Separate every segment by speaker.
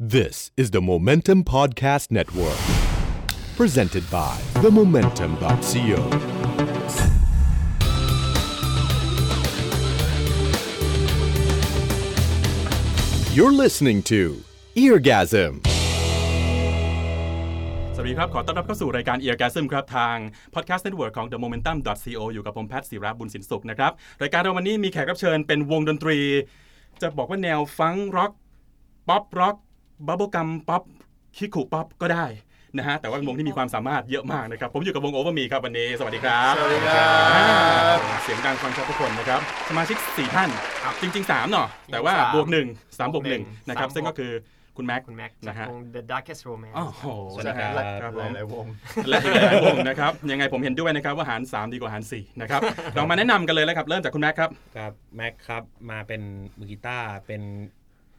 Speaker 1: This is the Momentum Podcast Network, presented by themomentum.co. You're listening to Eargasm.
Speaker 2: สวัสดีครับ ขอต้อนรับเข้าสู่รายการ e a r g a s m ครับ ทาง podcast network ของ The Momentum co อยู่กับผมแพทย์ศิระบุญสินสุขนะครับ รายการเราวันนี้มีแขกรับเชิญเป็นวงดนตรี จะบอกว่าแนวฟังร็อกป๊อปร็อกบับเบิลกัมป๊อปคิคุป๊อปก็ได้นะฮะแต่ว่าเป็นวงที่มีความสามารถเยอะมากนะครับ ผมอยู่กับวงโอเวอร์มีครับวันนี้ สวัสดีครับ สวัสดีครับเสียงดังฟังชัดทุกคนนะครับสมาชิกสี่ท่านจริงๆสามเนาะแต่ว่า
Speaker 3: สาม
Speaker 2: บวกหนึ่งสามบวกหนึ่งนะครับ
Speaker 3: สามบวก
Speaker 2: ซึ่งก็คือคุณแม็กซ์
Speaker 3: คุณแม็กซ์จา
Speaker 2: นะ
Speaker 3: ก
Speaker 2: ฮะ
Speaker 3: วง The Darkest Romance
Speaker 2: โอ้โห
Speaker 4: สวัสดีครับ
Speaker 2: นะฮะผม
Speaker 4: วง
Speaker 2: และอีกหลายๆวงนะครับ ยังไงผมเห็นด้วยนะครับว่าหาร 3 ดีกว่าหาร 4 นะครับ เรามาแนะนำกันเลยแล้วครับ เริ่มจากคุณแม็กครับ
Speaker 4: ครับแม็กครับมาเป็นมือกีตาร์เป็น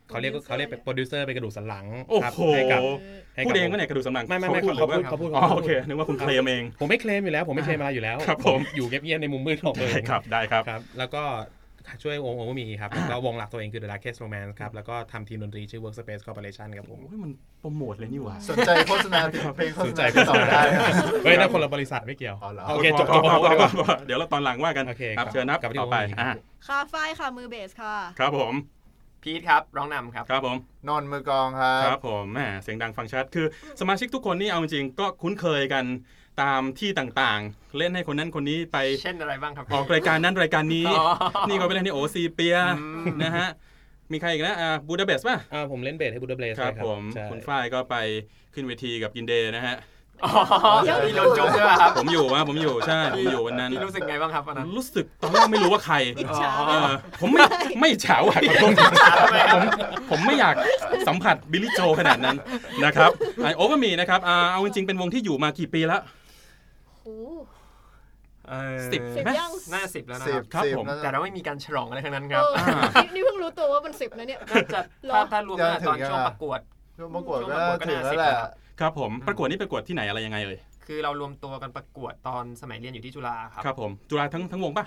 Speaker 4: เขาเรียกเขาเรียกเป็นโปรดิวเซอร์เป็นกระดูกสันหลัง
Speaker 2: โอ้
Speaker 4: ครับ
Speaker 2: โห
Speaker 4: ให้กับ
Speaker 2: พูดเอง
Speaker 4: ก็
Speaker 2: ว่าเนี่ยกระดูกสันหลัง
Speaker 4: ไม่ไม่ไม่
Speaker 2: พูดหรื
Speaker 4: เขา
Speaker 2: อว่า
Speaker 4: พูดเขาพูด
Speaker 2: อ๋อ
Speaker 4: ขาพูด
Speaker 2: โอเค นึกว่าคุณเคลมเอง
Speaker 4: ผมไม่เคลมอยู่แล้ว ผมไม่เคลมอะไรอยู่แล้ว
Speaker 2: ครับผม
Speaker 4: อยู่เงียบๆในมุมมืดของตัวเอ
Speaker 2: ได้
Speaker 4: ง
Speaker 2: ครับได้ครับ
Speaker 4: ครับ แล้วก็ช่วยวงโอเวอร์มีครับแล้วก็วงหลักตัวเองคือ The Darkest Romance ครับ แล้วก็ทำทีมดนตรีชื่อ Workspace Corporation ครับผม
Speaker 2: โอ้ยมันโปรโมทเลยนี่หว่า
Speaker 3: สนใจโฆษณา เพลงโฆ
Speaker 4: ส
Speaker 3: ษ
Speaker 4: น
Speaker 3: ณา
Speaker 4: ใจ
Speaker 3: ติ
Speaker 4: ก็
Speaker 3: ด
Speaker 4: ต่
Speaker 3: ต่
Speaker 4: อ
Speaker 3: อ
Speaker 4: ได้
Speaker 3: ได้
Speaker 4: เฮ้ยนั่นคนละบริษัทไม่เกี่ยว
Speaker 3: อ๋อเหรอ
Speaker 4: โอเคจบจบจบจบจบ
Speaker 2: เดี๋ยวเราตอนหลังว่ากัน
Speaker 4: โอเค
Speaker 2: ครับ
Speaker 4: ครับ
Speaker 2: เชิญนับ
Speaker 4: กลับไปที่
Speaker 2: ต่อไป
Speaker 4: วงอื่น
Speaker 2: อ่ะ
Speaker 5: ค่ะฝ้ายค่ะมือเบสค่ะ
Speaker 2: ครับผม
Speaker 3: พีทครับ ร้องนำครับ
Speaker 2: ครับผม
Speaker 3: นนท์มือกลองครั
Speaker 2: ค
Speaker 3: บ
Speaker 2: รับผมแหมเสียงดังฟังชัด คือสมาชิกทุกคนนี่เอาจริงๆก็คุ้นเคยกันตามที่ต่างๆ เล่นให้คนนั้นคนนี้ไป
Speaker 3: เช่นอะไรบ้างครับ
Speaker 2: ออกรายการนั้นรายการนี้
Speaker 3: อ๋อ
Speaker 2: นี่ก็ไปเล่นที่โอซีเปีย
Speaker 3: อืม
Speaker 2: นะฮะ มีใครอีกนะอ่าบูดาเปสต์ป่ะ
Speaker 4: อ่าผมเล่นเบสให้บูดาเบส
Speaker 2: ครับผม
Speaker 4: ใช่
Speaker 2: คุณฝ้ายก็ไปขึ้นเวทีกับยินเดย์นะฮะ
Speaker 3: อ๋อพี่โดนโจบใช่ไหมครับ
Speaker 2: ผมอยู่ว่าผมอยู่ใช่ ผมอยู่วันนั้น
Speaker 3: พี่รู้สึกไงบ้างครับวันนั้น
Speaker 2: รู้สึกตอนแรกไม่รู้ว่าใคร
Speaker 5: อิจฉา
Speaker 2: เออผมไม่ไม่เฉา อ่ะขอโทษผมผมไม่อยากสัมผัสบิลลี่โจขนาดนั้นนะครับไอโอก็มีนะครับอ่าเอาจริงๆเป็นวงที่อยู่มากี่ปีแล้ว
Speaker 5: โอ้
Speaker 3: เออ
Speaker 2: สิบ
Speaker 5: สิบยัง
Speaker 3: น่าสิบแล้วนะ
Speaker 6: สิ
Speaker 3: ครับ บ
Speaker 2: ครับ
Speaker 6: สิบ
Speaker 2: ผม
Speaker 6: น่า
Speaker 3: แต่
Speaker 6: จะ
Speaker 3: เราไม่มีการฉลองอะไรทั้งนั้นค
Speaker 5: เอ
Speaker 3: รับ
Speaker 5: อนี่นี่เพิ่งรู้ตัวว่ามันสิบนะเนี่ย
Speaker 3: น่าจะ
Speaker 5: เหรอ
Speaker 3: ถ้าถ้ารวมตั้งแต่ตอน
Speaker 6: ยังถึง
Speaker 3: ช่วงประกวด
Speaker 6: ช่วงประกวดก็
Speaker 3: ช่วงประกวดก็
Speaker 6: ถึง
Speaker 3: น่าสิบ
Speaker 6: แล้วแหละ
Speaker 3: แล้ว
Speaker 2: ครับผมประกวดนี่ประกวดที่ไหนอะไรยังไงเอ่ย
Speaker 3: คือเรารวมตัวกันประกวดตอนสมัยเรียนอยู่ที่จุฬาครับ
Speaker 2: ครับผมจุฬาทั้งทั้งวงป่ะ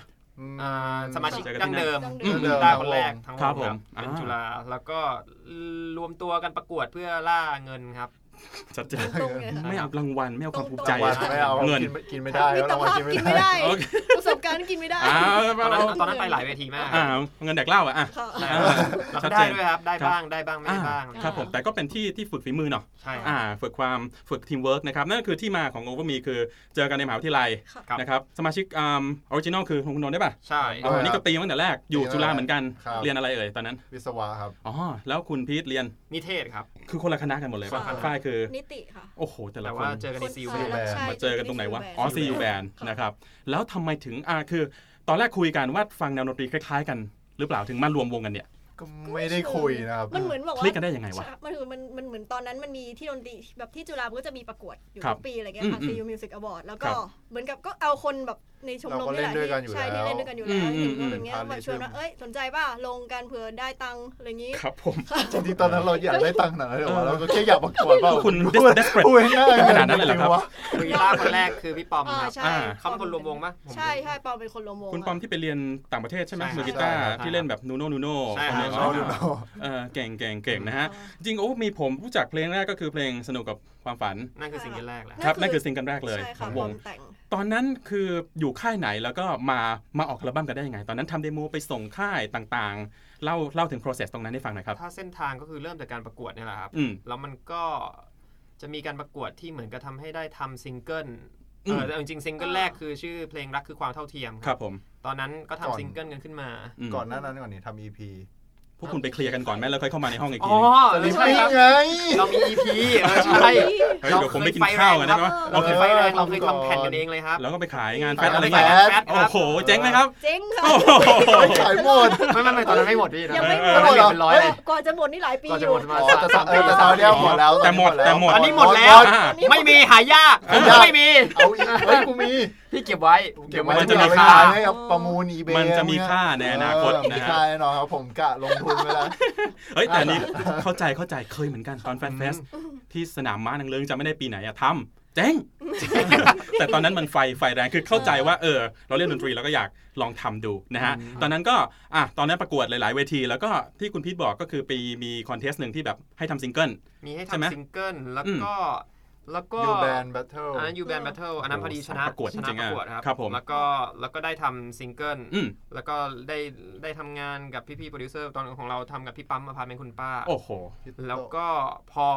Speaker 3: อ่าสมาชิกดั้งเดิม
Speaker 5: อืม
Speaker 3: จุฬาคนแรกทั้งหม
Speaker 2: ครับ
Speaker 3: ด
Speaker 2: ผม
Speaker 3: ครับเป็น
Speaker 2: อ่า
Speaker 3: จุฬาแล้วก็รวมตัวกันประกวดเพื่อล่าเงินครับ
Speaker 2: ชัดเจน
Speaker 5: ตรงเลย
Speaker 2: ไม่
Speaker 5: ค่ะ
Speaker 2: เอารางวัลไม่เอาความภูมิใจ
Speaker 6: รางวัลไม่เอา
Speaker 2: เงิน
Speaker 6: กินกินไม่ได้
Speaker 5: มิต
Speaker 6: ราร งวัล
Speaker 5: ภาพ
Speaker 6: กิน
Speaker 5: กิน
Speaker 6: ไม่
Speaker 5: ไม่
Speaker 6: ได้
Speaker 5: ได้
Speaker 2: โอเค
Speaker 5: ประสบการณ์กินไม่ได้
Speaker 2: อ่า
Speaker 3: ตอนนั้น
Speaker 5: เอา
Speaker 3: ตอนนั้น
Speaker 5: เงิน
Speaker 3: ไปหลายเวทีมาก
Speaker 2: อ่าเงินแดกเหล้าอ่ะอ่ะ
Speaker 5: ค่ะ
Speaker 3: ใช่
Speaker 2: อ่า
Speaker 3: แล้ว
Speaker 2: ชั
Speaker 3: ก็
Speaker 2: ดเจ
Speaker 3: ได้
Speaker 2: น
Speaker 3: ด้วยครับ ได้
Speaker 2: ครับ
Speaker 3: บ้าง ได้บ้าง ไม่ได้บ้าง
Speaker 2: อ่ครับผมแต่ก็เป็นที่ที่ฝึกฝีมือเนาะ
Speaker 3: ใช่
Speaker 2: อ่า ฝึกความฝึกทีมเวิร์กนะครับนั่นคือที่มาของโอเวอร์มีคือเจอกันในมหาวิทยาลัย
Speaker 3: ครับ
Speaker 2: นะครับสมาชิกออริจินอลคือคุณนนท์ได้ป่ะ
Speaker 3: ใช่
Speaker 6: เออ
Speaker 2: อันนี้ก็ตีมาตั้งแต่แรกอยู่จุฬาเหมือนกัน
Speaker 6: ครับ
Speaker 2: เรียนอะไรเอ่ยตอนนั้น
Speaker 6: วิศวะครับ
Speaker 2: อ๋อแล้วคุณพีทเรียน
Speaker 3: นิเทศครับ
Speaker 2: คือคนละคณะกันหมดเลยป่ะ
Speaker 3: คนละคณะ
Speaker 2: ฝ้ายคือ
Speaker 5: นิติค่ะ
Speaker 2: โอ้โหแต่ละ
Speaker 3: แต่
Speaker 2: ค
Speaker 3: ว่าน เจอกันในซีอู
Speaker 5: ค
Speaker 6: แบรนด์
Speaker 5: ใช่
Speaker 2: มาเจอกันตรงไหนวะ
Speaker 5: ใช่
Speaker 2: อ๋อซีอูแบน
Speaker 5: ค่ะ
Speaker 2: นะครับแล้วทำไมถึงอ่าคือ ตอนแรกคุยกันว่าฟังแนวดนตรีคล้ายๆกัน หรือเปล่าถึงมารวมวงกันเนี่ย
Speaker 6: ก็ไม่ได้คุยนะครับ
Speaker 5: มันเหมือนบอก
Speaker 2: ค
Speaker 5: ว่า
Speaker 2: ลิกกันได้ยังไงวะ
Speaker 5: ใช่มันคือมันมันเหมือนตอนนั้นมันมีที่ดนตรีแบบที่จุฬามันก็จะมีประกวดอยู่
Speaker 2: ครับ
Speaker 5: ทุกปีอะไรเงี้ยค่ะ
Speaker 2: อืม
Speaker 5: ซีอูมิวสิกอวอร์ดแล้วก็
Speaker 2: ครับ
Speaker 5: เหมือนกับก็เอาคนแบบในชมรมนี่แหละ
Speaker 6: เราก็เล่นด้วยกันอยู่
Speaker 5: ที่ใช่
Speaker 6: แล้
Speaker 5: ที่
Speaker 6: ว
Speaker 5: เล่นด้วยกันอยู่
Speaker 2: อื
Speaker 5: แล้
Speaker 2: ม
Speaker 5: ว
Speaker 2: อืม
Speaker 5: อ
Speaker 2: อืม
Speaker 5: ย่างเงี้ยมาชวนว่า
Speaker 6: พาร์ทลิซึม
Speaker 5: เอ้ยสนใจป่ะลงกันเผื่อได้ตังค์อะไรอย่างงี้
Speaker 2: ครับผม
Speaker 6: จริงๆตอนนั้นเราอยากได้ตังค์หนาเลยว่าเราก็แค่อยากประกวดเปล่า
Speaker 2: คุณ
Speaker 6: พูด
Speaker 2: desperate
Speaker 6: พูดง่าย
Speaker 2: ขนาดนั้นเลยเหรอครับ
Speaker 6: จงๆวะ
Speaker 3: มือกีตาร์คนแรกคือพี่ปอม
Speaker 5: อ่า
Speaker 3: ครับ
Speaker 5: ใช่
Speaker 2: อ่า
Speaker 3: เขาเป็นคนรวมวงปะผม
Speaker 5: ใช่ใช่ปอมเป็นคนรวมวง
Speaker 2: คุณปอมที่ไปเรียนต่างประเทศใช่ไหม
Speaker 3: ใช่ครับ
Speaker 2: มือกีตาร์
Speaker 3: ใช่ครับ
Speaker 2: ที่เล่นแบบนูโน่นูโน่
Speaker 3: ใช่ครับ
Speaker 6: เราดูเรา
Speaker 2: เออเก่งเก่งเก่งนะ
Speaker 5: อ่ะ
Speaker 2: ฮะ จริงโอ้มีผมรู้จักเพลงแรกก็คือเพลงสนุกกับความฝัน
Speaker 3: นั่นคือสิ่งที่แรกแหละ
Speaker 5: นั่น
Speaker 2: ครับ
Speaker 5: คือ
Speaker 2: นั่นคือซิงเกิลแรกเลย
Speaker 5: ใช่
Speaker 2: ขอ
Speaker 5: ค่ะ
Speaker 2: ง
Speaker 5: ป
Speaker 2: ว
Speaker 5: อง มแต่ง
Speaker 2: ตอนนั้นคืออยู่ค่ายไหนแล้วก็มามาออกอัลบั้มกันได้ยังไง ตอนนั้นทำเดโมไปส่งค่ายต่างๆ เล่าเล่าถึง process ตรงนั้นให้ฟังหน่อยครับ
Speaker 3: ถ้าเส้นทางก็คือเริ่มจากการประกวดเนี่ยแหละครับ
Speaker 2: อืม
Speaker 3: แล้วมันก็จะมีการประกวดที่เหมือนกับทำให้ได้ทำซิงเกิลเอ
Speaker 2: อืม
Speaker 3: อแต่จริงๆซิงเกิลแรกคือชื่อเพลงรักคือความเท่าเทียม
Speaker 2: ครับผม
Speaker 3: ตอนนั้นก็ทำซิงเกิลกันขึ้นมา
Speaker 2: อืม
Speaker 6: ก่อนหน้านั้นก่อนนี่ทำ EP
Speaker 2: พวกคุณไปเคลียร์กันก่อนไหมแล้วค่อยเข้ามาในห้องอีกที
Speaker 3: อ๋อ
Speaker 2: นึง
Speaker 3: เออ
Speaker 6: ใช่
Speaker 3: ใช่ครับ
Speaker 6: ไง
Speaker 3: เรามี EP เออใช่
Speaker 2: เฮ้ยเดี๋ยวผมไปกินข้าวกันได้ไหมวะ
Speaker 3: เราเคยไฟแรง
Speaker 6: เออ
Speaker 3: เราเคย
Speaker 6: ทำ
Speaker 3: ทำ
Speaker 6: ก่อน
Speaker 3: แผ่นกันเองเลยครับ
Speaker 2: แล้วก็ไปขายงานแฟ
Speaker 3: ป
Speaker 2: ชั่นอะไร
Speaker 3: ป
Speaker 2: เงี้ย
Speaker 3: แฟชั่น
Speaker 2: โอ้โหเจ๊งไหมครับ
Speaker 5: เจ๊งค่ะ
Speaker 2: โอ้โห
Speaker 6: ขายหมด
Speaker 3: ไม่ไม่ไม่ตอนนั้นไม่หมดพี่
Speaker 5: ยังไม่หมด
Speaker 3: ตอนนั้นเหลือเป็นร้อยเลย
Speaker 5: กว่าจะหมดนี่หลายปี
Speaker 3: กว่า
Speaker 5: อ
Speaker 3: จะ
Speaker 5: ยู่
Speaker 3: หมดมา
Speaker 6: อ๋อแต่ตอนเออแต่ตอนเนี้ยหมดแล้ว
Speaker 2: แต่หมดแต่หมด
Speaker 3: อันนี้หมดแล้ว
Speaker 2: อ่า
Speaker 3: ไม่มีหายาก
Speaker 2: หายาก
Speaker 3: ผมก็ไม่มี
Speaker 6: เอาอีกเฮ้ยกูมี
Speaker 3: พี่เก็บไว้
Speaker 6: เก็บ
Speaker 3: มัน
Speaker 6: ไว้
Speaker 2: มั
Speaker 3: จะ
Speaker 2: นจะ
Speaker 6: น
Speaker 3: จะ
Speaker 2: มี
Speaker 3: มี
Speaker 6: มี
Speaker 2: ค่า
Speaker 3: ค่า
Speaker 6: ค่ายให้เอาประมูล eBay
Speaker 2: มันจะมีค่าในอนาคต
Speaker 6: เออ
Speaker 2: นะ
Speaker 6: มี
Speaker 2: ฮะ
Speaker 6: ค่าแน่นอนครับผมกะลงทุนไปแล้ว
Speaker 2: เฮ้ยแต่อันนี้ เข้าใจเข้าใจเคยเหมือนกันตอนแฟนเฟสที่สนามม้านางเลิงจะไม่ได้ปีไหนอะทำเจ๊ง แต่ตอนนั้นมันไฟไฟแรงคือเข้าใจว่าเออ เราเล่นดนตรีเราก็อยากลองทำดูนะฮะ ตอนนั้นก็อ่ะตอนนั้นประกวดหลาย ๆ เวที แล้วก็ที่คุณพีทบอกก็คือปีมีคอนเทสต์หนึ่งที่แบบให้ทำซิงเกิล
Speaker 3: มีให้
Speaker 2: ใช่ไหม
Speaker 3: ทำซิงเกิลแล้วก็ แล้วก็
Speaker 6: ยูแบนแบทเทิล
Speaker 3: อันนั้นยูแบนแบทเทิลอันนั้นพอดีชนะ
Speaker 2: ประกวด
Speaker 3: ชนะ
Speaker 2: จริงๆอะ
Speaker 3: ประกวดค
Speaker 2: ครั
Speaker 3: รั
Speaker 2: บบ ผม
Speaker 3: แล้วก็แล้วก็ได้ทำซิงเกิล
Speaker 2: อืม
Speaker 3: แล้วก็ได้ได้ทำงานกับพี่ๆโปรดิวเซอร์ตอนของเราทำกับพี่ปั๊มอพาร์ตเมนต์คุณป้า
Speaker 2: โอ้โห
Speaker 3: แล้วก็พอ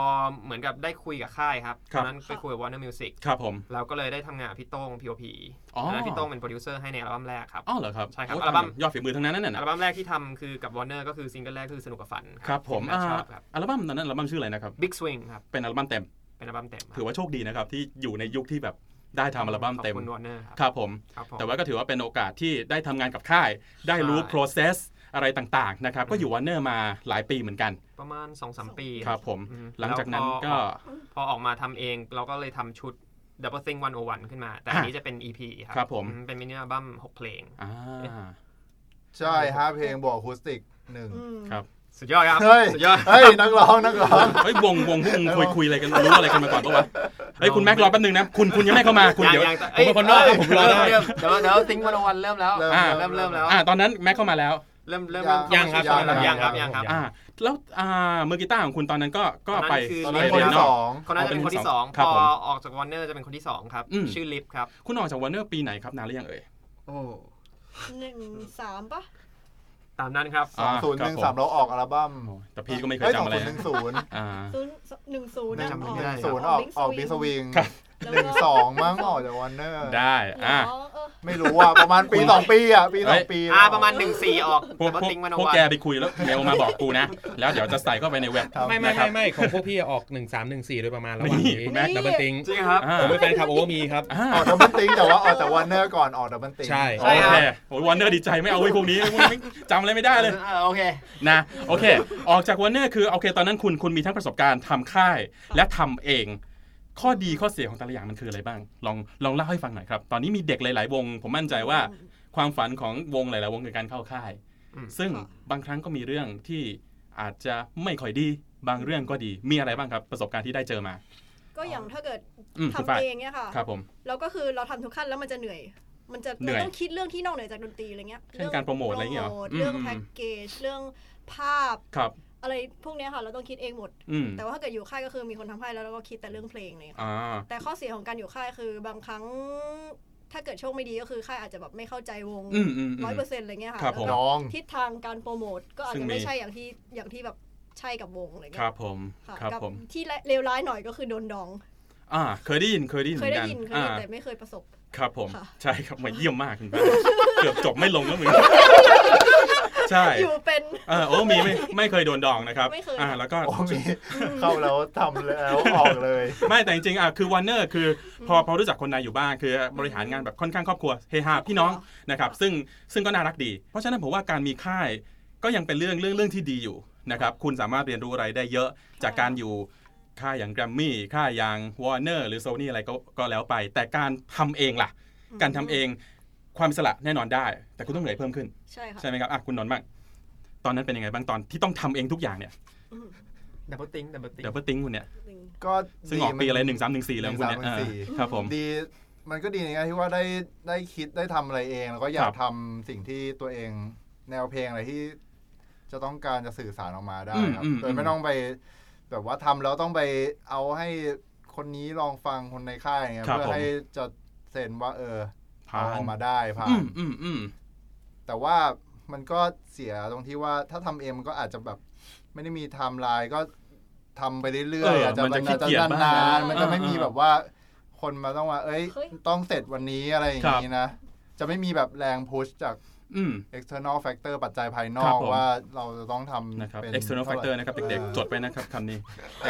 Speaker 3: เหมือนกับได้คุยกับค่ายครับ
Speaker 2: ครับ
Speaker 3: ตอนนั้นไปคุยกับ Warner Music
Speaker 2: ครับผม
Speaker 3: เราก็เลยได้ทำงานกับพี่โต้งพีโอพี
Speaker 2: อ๋ออั
Speaker 3: พี่โต้งเป็นโปรดิวเซอร์ให้ในอัลบั้มแรกครับ
Speaker 2: อ๋อเหรอครับ
Speaker 3: ใช่ครับ
Speaker 2: โ
Speaker 3: อัลบั้ม
Speaker 2: ยอดฝีมือทั้งนั้นนั่น
Speaker 3: อัล
Speaker 2: น่ะ
Speaker 3: บั้มแรกที่ทำคือกับ Warner ก็คือซิงเกิลแรกคือสนุกกับฝัน
Speaker 2: ครับผม
Speaker 3: อ่า
Speaker 2: อ่า
Speaker 3: ครับ
Speaker 2: อัลบั้มตอนนั้นอัลบั้มชื่ออะไรนะครับ
Speaker 3: Big Swing ครับ
Speaker 2: เป็นอัลบั้มเต็ม
Speaker 3: เป็นอัลบั้มเต็มครับ
Speaker 2: ถือว่าโชคดีนะครับที่อยู่ในยุคที่แบบได้ทำอัลบั้มเต็ม
Speaker 3: ขอบคุณ Warner ครับ
Speaker 2: ครับผม
Speaker 3: ครับผม
Speaker 2: แต่ว่าก็ถือว่าเป็นโอกาสที่ได้ทำงานกับค่าย ได้รู้
Speaker 3: ใช่
Speaker 2: process อะไรต่างๆนะครับ ก็อยู่วันเนอร์มาหลายปีเหมือนกัน
Speaker 3: ประมาณ2อสปี
Speaker 2: ครับผม
Speaker 3: อืม
Speaker 2: หลังจากนั้น
Speaker 3: แวพอ
Speaker 2: ก็
Speaker 3: พอออกมาทำเองเราก็เลยทำชุด Double Thing 101 ขึ้นมา แต่อันนี้จะเป็น EP ครับ
Speaker 2: ครับผม
Speaker 3: อืเป็นมินิอัลบั้ม6 เพลง
Speaker 2: อ่า
Speaker 6: ใช่ห้าเพลงบวกอะคูสติกหนึ่ง
Speaker 2: ครับ
Speaker 3: สุดยอดครับ
Speaker 6: เฮ้ย
Speaker 3: สุดยอด
Speaker 6: เฮ้ยนักร้องนักร้อง
Speaker 2: เฮ้ยวงวงพวกมึงคุยคุยอะไรกันรู้อะไรกันมาก่อนปะวะเฮ้ยคุณแม็กรอแป๊บนึงนะคุณคุณยังไม่เข้ามาคุณเดี๋ยว
Speaker 3: งง
Speaker 4: ผมเป็นคนนอกครับผมรอได้
Speaker 3: เมเดี๋ยวเดี๋ยวติ้งวันวันเริ่มแล้ว
Speaker 6: เริ่ม
Speaker 3: เริ่มเริ่มแล้ว
Speaker 2: อ่าตอนนั้นแม็กเข้ามาแล้ว
Speaker 3: เริ่มเริ่มเริ่ม
Speaker 4: ยังครับ
Speaker 3: เข้ามาสู่ยังครับยังครับ
Speaker 2: อ่า แล้วอ่ามือกีตาร์ของคุณตอนนั้นก็ก็ไป
Speaker 6: ตอน
Speaker 2: ไป
Speaker 6: นั้นค
Speaker 2: เรีย
Speaker 6: น
Speaker 2: น
Speaker 6: ที่
Speaker 2: นอ
Speaker 6: ส
Speaker 2: ก
Speaker 6: อง
Speaker 3: คนนั้นจะเป็นคนที่สอง
Speaker 2: ค
Speaker 3: พ
Speaker 2: รับ
Speaker 3: อ
Speaker 2: ผม
Speaker 3: ออกจากวอร์เนอร์จะเป็นคนที่สองครับ
Speaker 2: อืม
Speaker 3: ชื่อลิฟครับ
Speaker 2: คุณออกจากวันเนอร์ปีไหนครับนานหรือยังเอ่ย
Speaker 6: โอ้
Speaker 5: หนึ่งสามปะ
Speaker 3: ตามนั้นครับ
Speaker 2: อ่า
Speaker 6: ศูนย์หนึ่งสามเราออกอัลบั้ม
Speaker 2: โอ้ยแต่พี่ก็ไม่เคย
Speaker 6: เฮ้ย
Speaker 2: จำ
Speaker 6: สอง
Speaker 2: อะไร
Speaker 6: ศูนย์ห
Speaker 2: นะ
Speaker 6: นึ่งศูนย์
Speaker 2: อ่า
Speaker 5: ศูนย์ห
Speaker 3: ไม่
Speaker 5: นึ่งศูนย์
Speaker 3: จำไม่ได้
Speaker 6: ศูนย์ออกออกบีสวิง
Speaker 2: ครับ
Speaker 6: หนึ่งสองมั้งออกจากวันเนอร์
Speaker 2: ได้อ่า
Speaker 6: ไม่รู้อ่ะ ประมาณปีสองปีอ่ะ ปีสองปี
Speaker 3: อ่าประมาณหนึ่งสี่ออก
Speaker 2: พวก
Speaker 3: แต่ว่า
Speaker 2: พวก
Speaker 3: ติ้งวัน
Speaker 2: พวก
Speaker 3: วัน
Speaker 2: แกไปคุยแล้วเมลมาบอกกูนะ แล้วเดี๋ยวจะใส่เข้าไปในเว็บ
Speaker 4: ไม่ไม่ไม่ไม่ของพวกพี่ออก1 3 1 4โดยประมาณระหว่างนี้
Speaker 2: นี่
Speaker 4: แม็กดับเบิลติง
Speaker 3: จริงครับ
Speaker 2: อ่า
Speaker 4: ผมเป็นแฟนคลับโอเวอร์มีครับ
Speaker 2: อ่า
Speaker 6: ออกดับเบิลติงแต่ว่าออกจากวันเนอร์ก่อนออกดับเบิลติง
Speaker 4: ใช่
Speaker 2: โอ
Speaker 3: ใช่ครับ
Speaker 2: เคโอ้ยวอร์เนอร์ดีใจไม่เอาไว้พวกนี้พวกนี้จำอะไรไม่ได้เลย
Speaker 3: อ่าโอเค
Speaker 2: นะโอเค ออกจากวอร์เนอร์คือโอเค ตอนนั้นคุณคุณมีทั้งประสบการณ์ทำค่าย และทำเอง ข้อดีข้อเสียของแต่ละอย่างมันคืออะไรบ้าง ลองลองเล่าให้ฟังหน่อยครับ ตอนนี้มีเด็กหลาย ๆ วง ผมมั่นใจว่าความฝันของวงหลาย ๆ วงคือการเข้าค่าย
Speaker 3: อืม
Speaker 2: ซึ่งบางครั้งก็มีเรื่องที่อาจจะไม่ค่อยดีบางเรื่องก็ดีมีอะไรบ้างครับ ประสบการณ์ที่ได้เจอมา
Speaker 5: ก็อย่างถ้าเกิด
Speaker 2: อืมคุณฝ้าย
Speaker 5: ทำเองเนี่ยค่ะ
Speaker 2: ครับผม
Speaker 5: แล้วก็คือเราทำทุกขั้นแล้วมันจะเหนื่อย มันจะ
Speaker 2: เหนื่
Speaker 5: มั
Speaker 2: อย
Speaker 5: นต้องคิดเรื่องที่นอกเหนือจากดนตรีอะไรเงี้ย
Speaker 2: เช่นการโปรโมทอะไรเงี้ยเหรอ
Speaker 5: โปโมทเรื่อง
Speaker 2: อืม
Speaker 5: แพ็กเกจ เรื่องภาพ
Speaker 2: ครับ
Speaker 5: อะไรพวกเนี้ยค่ะ เราต้องคิดเองหมด
Speaker 2: อืม
Speaker 5: แต่ว่าถ้าเกิดอยู่ค่ายก็คือมีคนทำให้แล้วเราก็คิดแต่เรื่องเพลงเลยค่ะ
Speaker 2: อ่า
Speaker 5: แต่ข้อเสียของการอยู่ค่ายคือบางครั้ง ถ้าเกิดโชคไม่ดีก็คือค่ายอาจจะแบบไม่เข้าใจวง
Speaker 2: อืมอืมอืม
Speaker 5: ร้อยเปอร์เซ็นต์อะไรเงี้ยค่ะ
Speaker 2: ครับผม
Speaker 5: แล้วก็
Speaker 6: น้อง
Speaker 5: ทิศทางการโปรโมทก็อาจ
Speaker 2: ซึ่ง
Speaker 5: จะ
Speaker 2: มี
Speaker 5: ไม่ใช่อย่างที่อย่างที่แบบใช่กับวงอะไร
Speaker 2: ค
Speaker 5: เงี้
Speaker 2: รั
Speaker 5: ย
Speaker 2: บผม
Speaker 5: ค่ะ
Speaker 2: ครับ
Speaker 5: กั
Speaker 2: ผม
Speaker 5: ที่เลวร้ายหน่อยก็คือโดนดอง
Speaker 2: อ่าเคยได้ยินเคยได้ยินเห
Speaker 5: เค
Speaker 2: มือน
Speaker 5: ย
Speaker 2: กั
Speaker 5: ได้
Speaker 2: น
Speaker 5: ยินเคย
Speaker 2: อ่า
Speaker 5: ได้ยินแต่ไม่เคยประสบ
Speaker 2: ครับผม
Speaker 5: ค่ะ
Speaker 2: ใช่ครับมาเยี่ยมมากคุณ ป้าเกือบจบไม่ลงแล้วมึงใช่
Speaker 5: อยู่เป็น
Speaker 2: เออโอ้มีไม่ไม่เคยโดนดองนะครับ
Speaker 5: ไม่เคย
Speaker 2: อ่าแล้วก็
Speaker 6: โอ้มีเข้าแล้วทำแล้วออกเลย
Speaker 2: ไม่แต่จริงๆอ่ะคือวันเนอร์คือพอพอรู้จักคนในอยู่บ้างคือบริหารงานแบบค่อนข้างครอบครัวเฮฮาพี่น้องนะครับซึ่งซึ่งก็น่ารักดี เพราะฉะนั้นผมว่าการมีค่ายก็ยังเป็นเรื่องเรื่องเรื่องที่ดีอยู่นะครับคุณสามารถเรียนรู้อะไรได้เยอะจากการอยู่ค่ายอย่างแกรมมี่ค่ายอย่างวอร์เนอร์หรือโซนี่อะไรก็ก็แล้วไป แต่การทำเองล่ะ การทำเองความอิสระแน่นอนได้ แต่คุณต้องเหนื่อยเพิ่มขึ้น
Speaker 5: ใช่ค่ะ
Speaker 2: ใช่ไหมครับอ่ะคุณนนท์บ้างตอนนั้นเป็นยังไงบ้างตอนที่ต้องทำเองทุกอย่างเนี่ย
Speaker 3: ดับเบิลติ้งดับเบิลติ้ง
Speaker 2: เดี๋ยวเพิ่งติ้งคุณเนี่ย
Speaker 6: ก็
Speaker 2: ซึ่งออกปีอะไรหนึ่งสามหนึ่งสี่เลยของคุณเนี่ยอ่าครับผม
Speaker 6: ดี มันก็ดีในแง่ที่ว่าได้ได้คิดได้ทำอะไรเอง แล้วก็อยา
Speaker 2: ครั
Speaker 6: ก
Speaker 2: บ
Speaker 6: ทำสิ่งที่ตัวเอง แนวเพลงอะไรที่จะต้องการจะสื่อสารออกมาได้ครับ
Speaker 2: อืมอืม
Speaker 6: โดยไม่ต้องไป แบบว่าทำแล้วต้องไปเอาให้คนนี้ลองฟังคนในค่ายอย่างเงี้ย
Speaker 2: ครับ
Speaker 6: เพื่อ
Speaker 2: ผม
Speaker 6: ให้จะเซ็นว่า เออ
Speaker 2: ผ่า
Speaker 6: เอาอน อกมาได้ผ่า
Speaker 2: อื
Speaker 6: น
Speaker 2: มอืมอืม
Speaker 6: แต่ว่ามันก็เสียตรงที่ว่าถ้าทำเองมันก็อาจจะแบบ ไม่ได้มีไทม์ไลน์ก็ทำไปเรื่อย
Speaker 2: เออ
Speaker 6: ๆอาจจะ
Speaker 2: มันจะขี้เกียจบ้าง
Speaker 6: นานๆมันจะ
Speaker 2: เออ
Speaker 6: ไม่มีแบบว่า คนมาต้องว่า เอ้ย
Speaker 5: เฮ้ย
Speaker 6: ต้องเสร็จวันนี้อะไรอย่างนี้นะ จะไม่มีแบบแรงพุชจาก
Speaker 2: อืม
Speaker 6: external factor ปัจจัยภายน
Speaker 2: ครั
Speaker 6: อบ ก
Speaker 2: ผม
Speaker 6: ว่าเราจะต้องทำ
Speaker 2: นะครับ
Speaker 6: เป็น
Speaker 2: external
Speaker 6: เท่าไห
Speaker 2: factor นะครับ เด็ก
Speaker 6: ออ
Speaker 2: ๆ จดไปนะครับคำนี้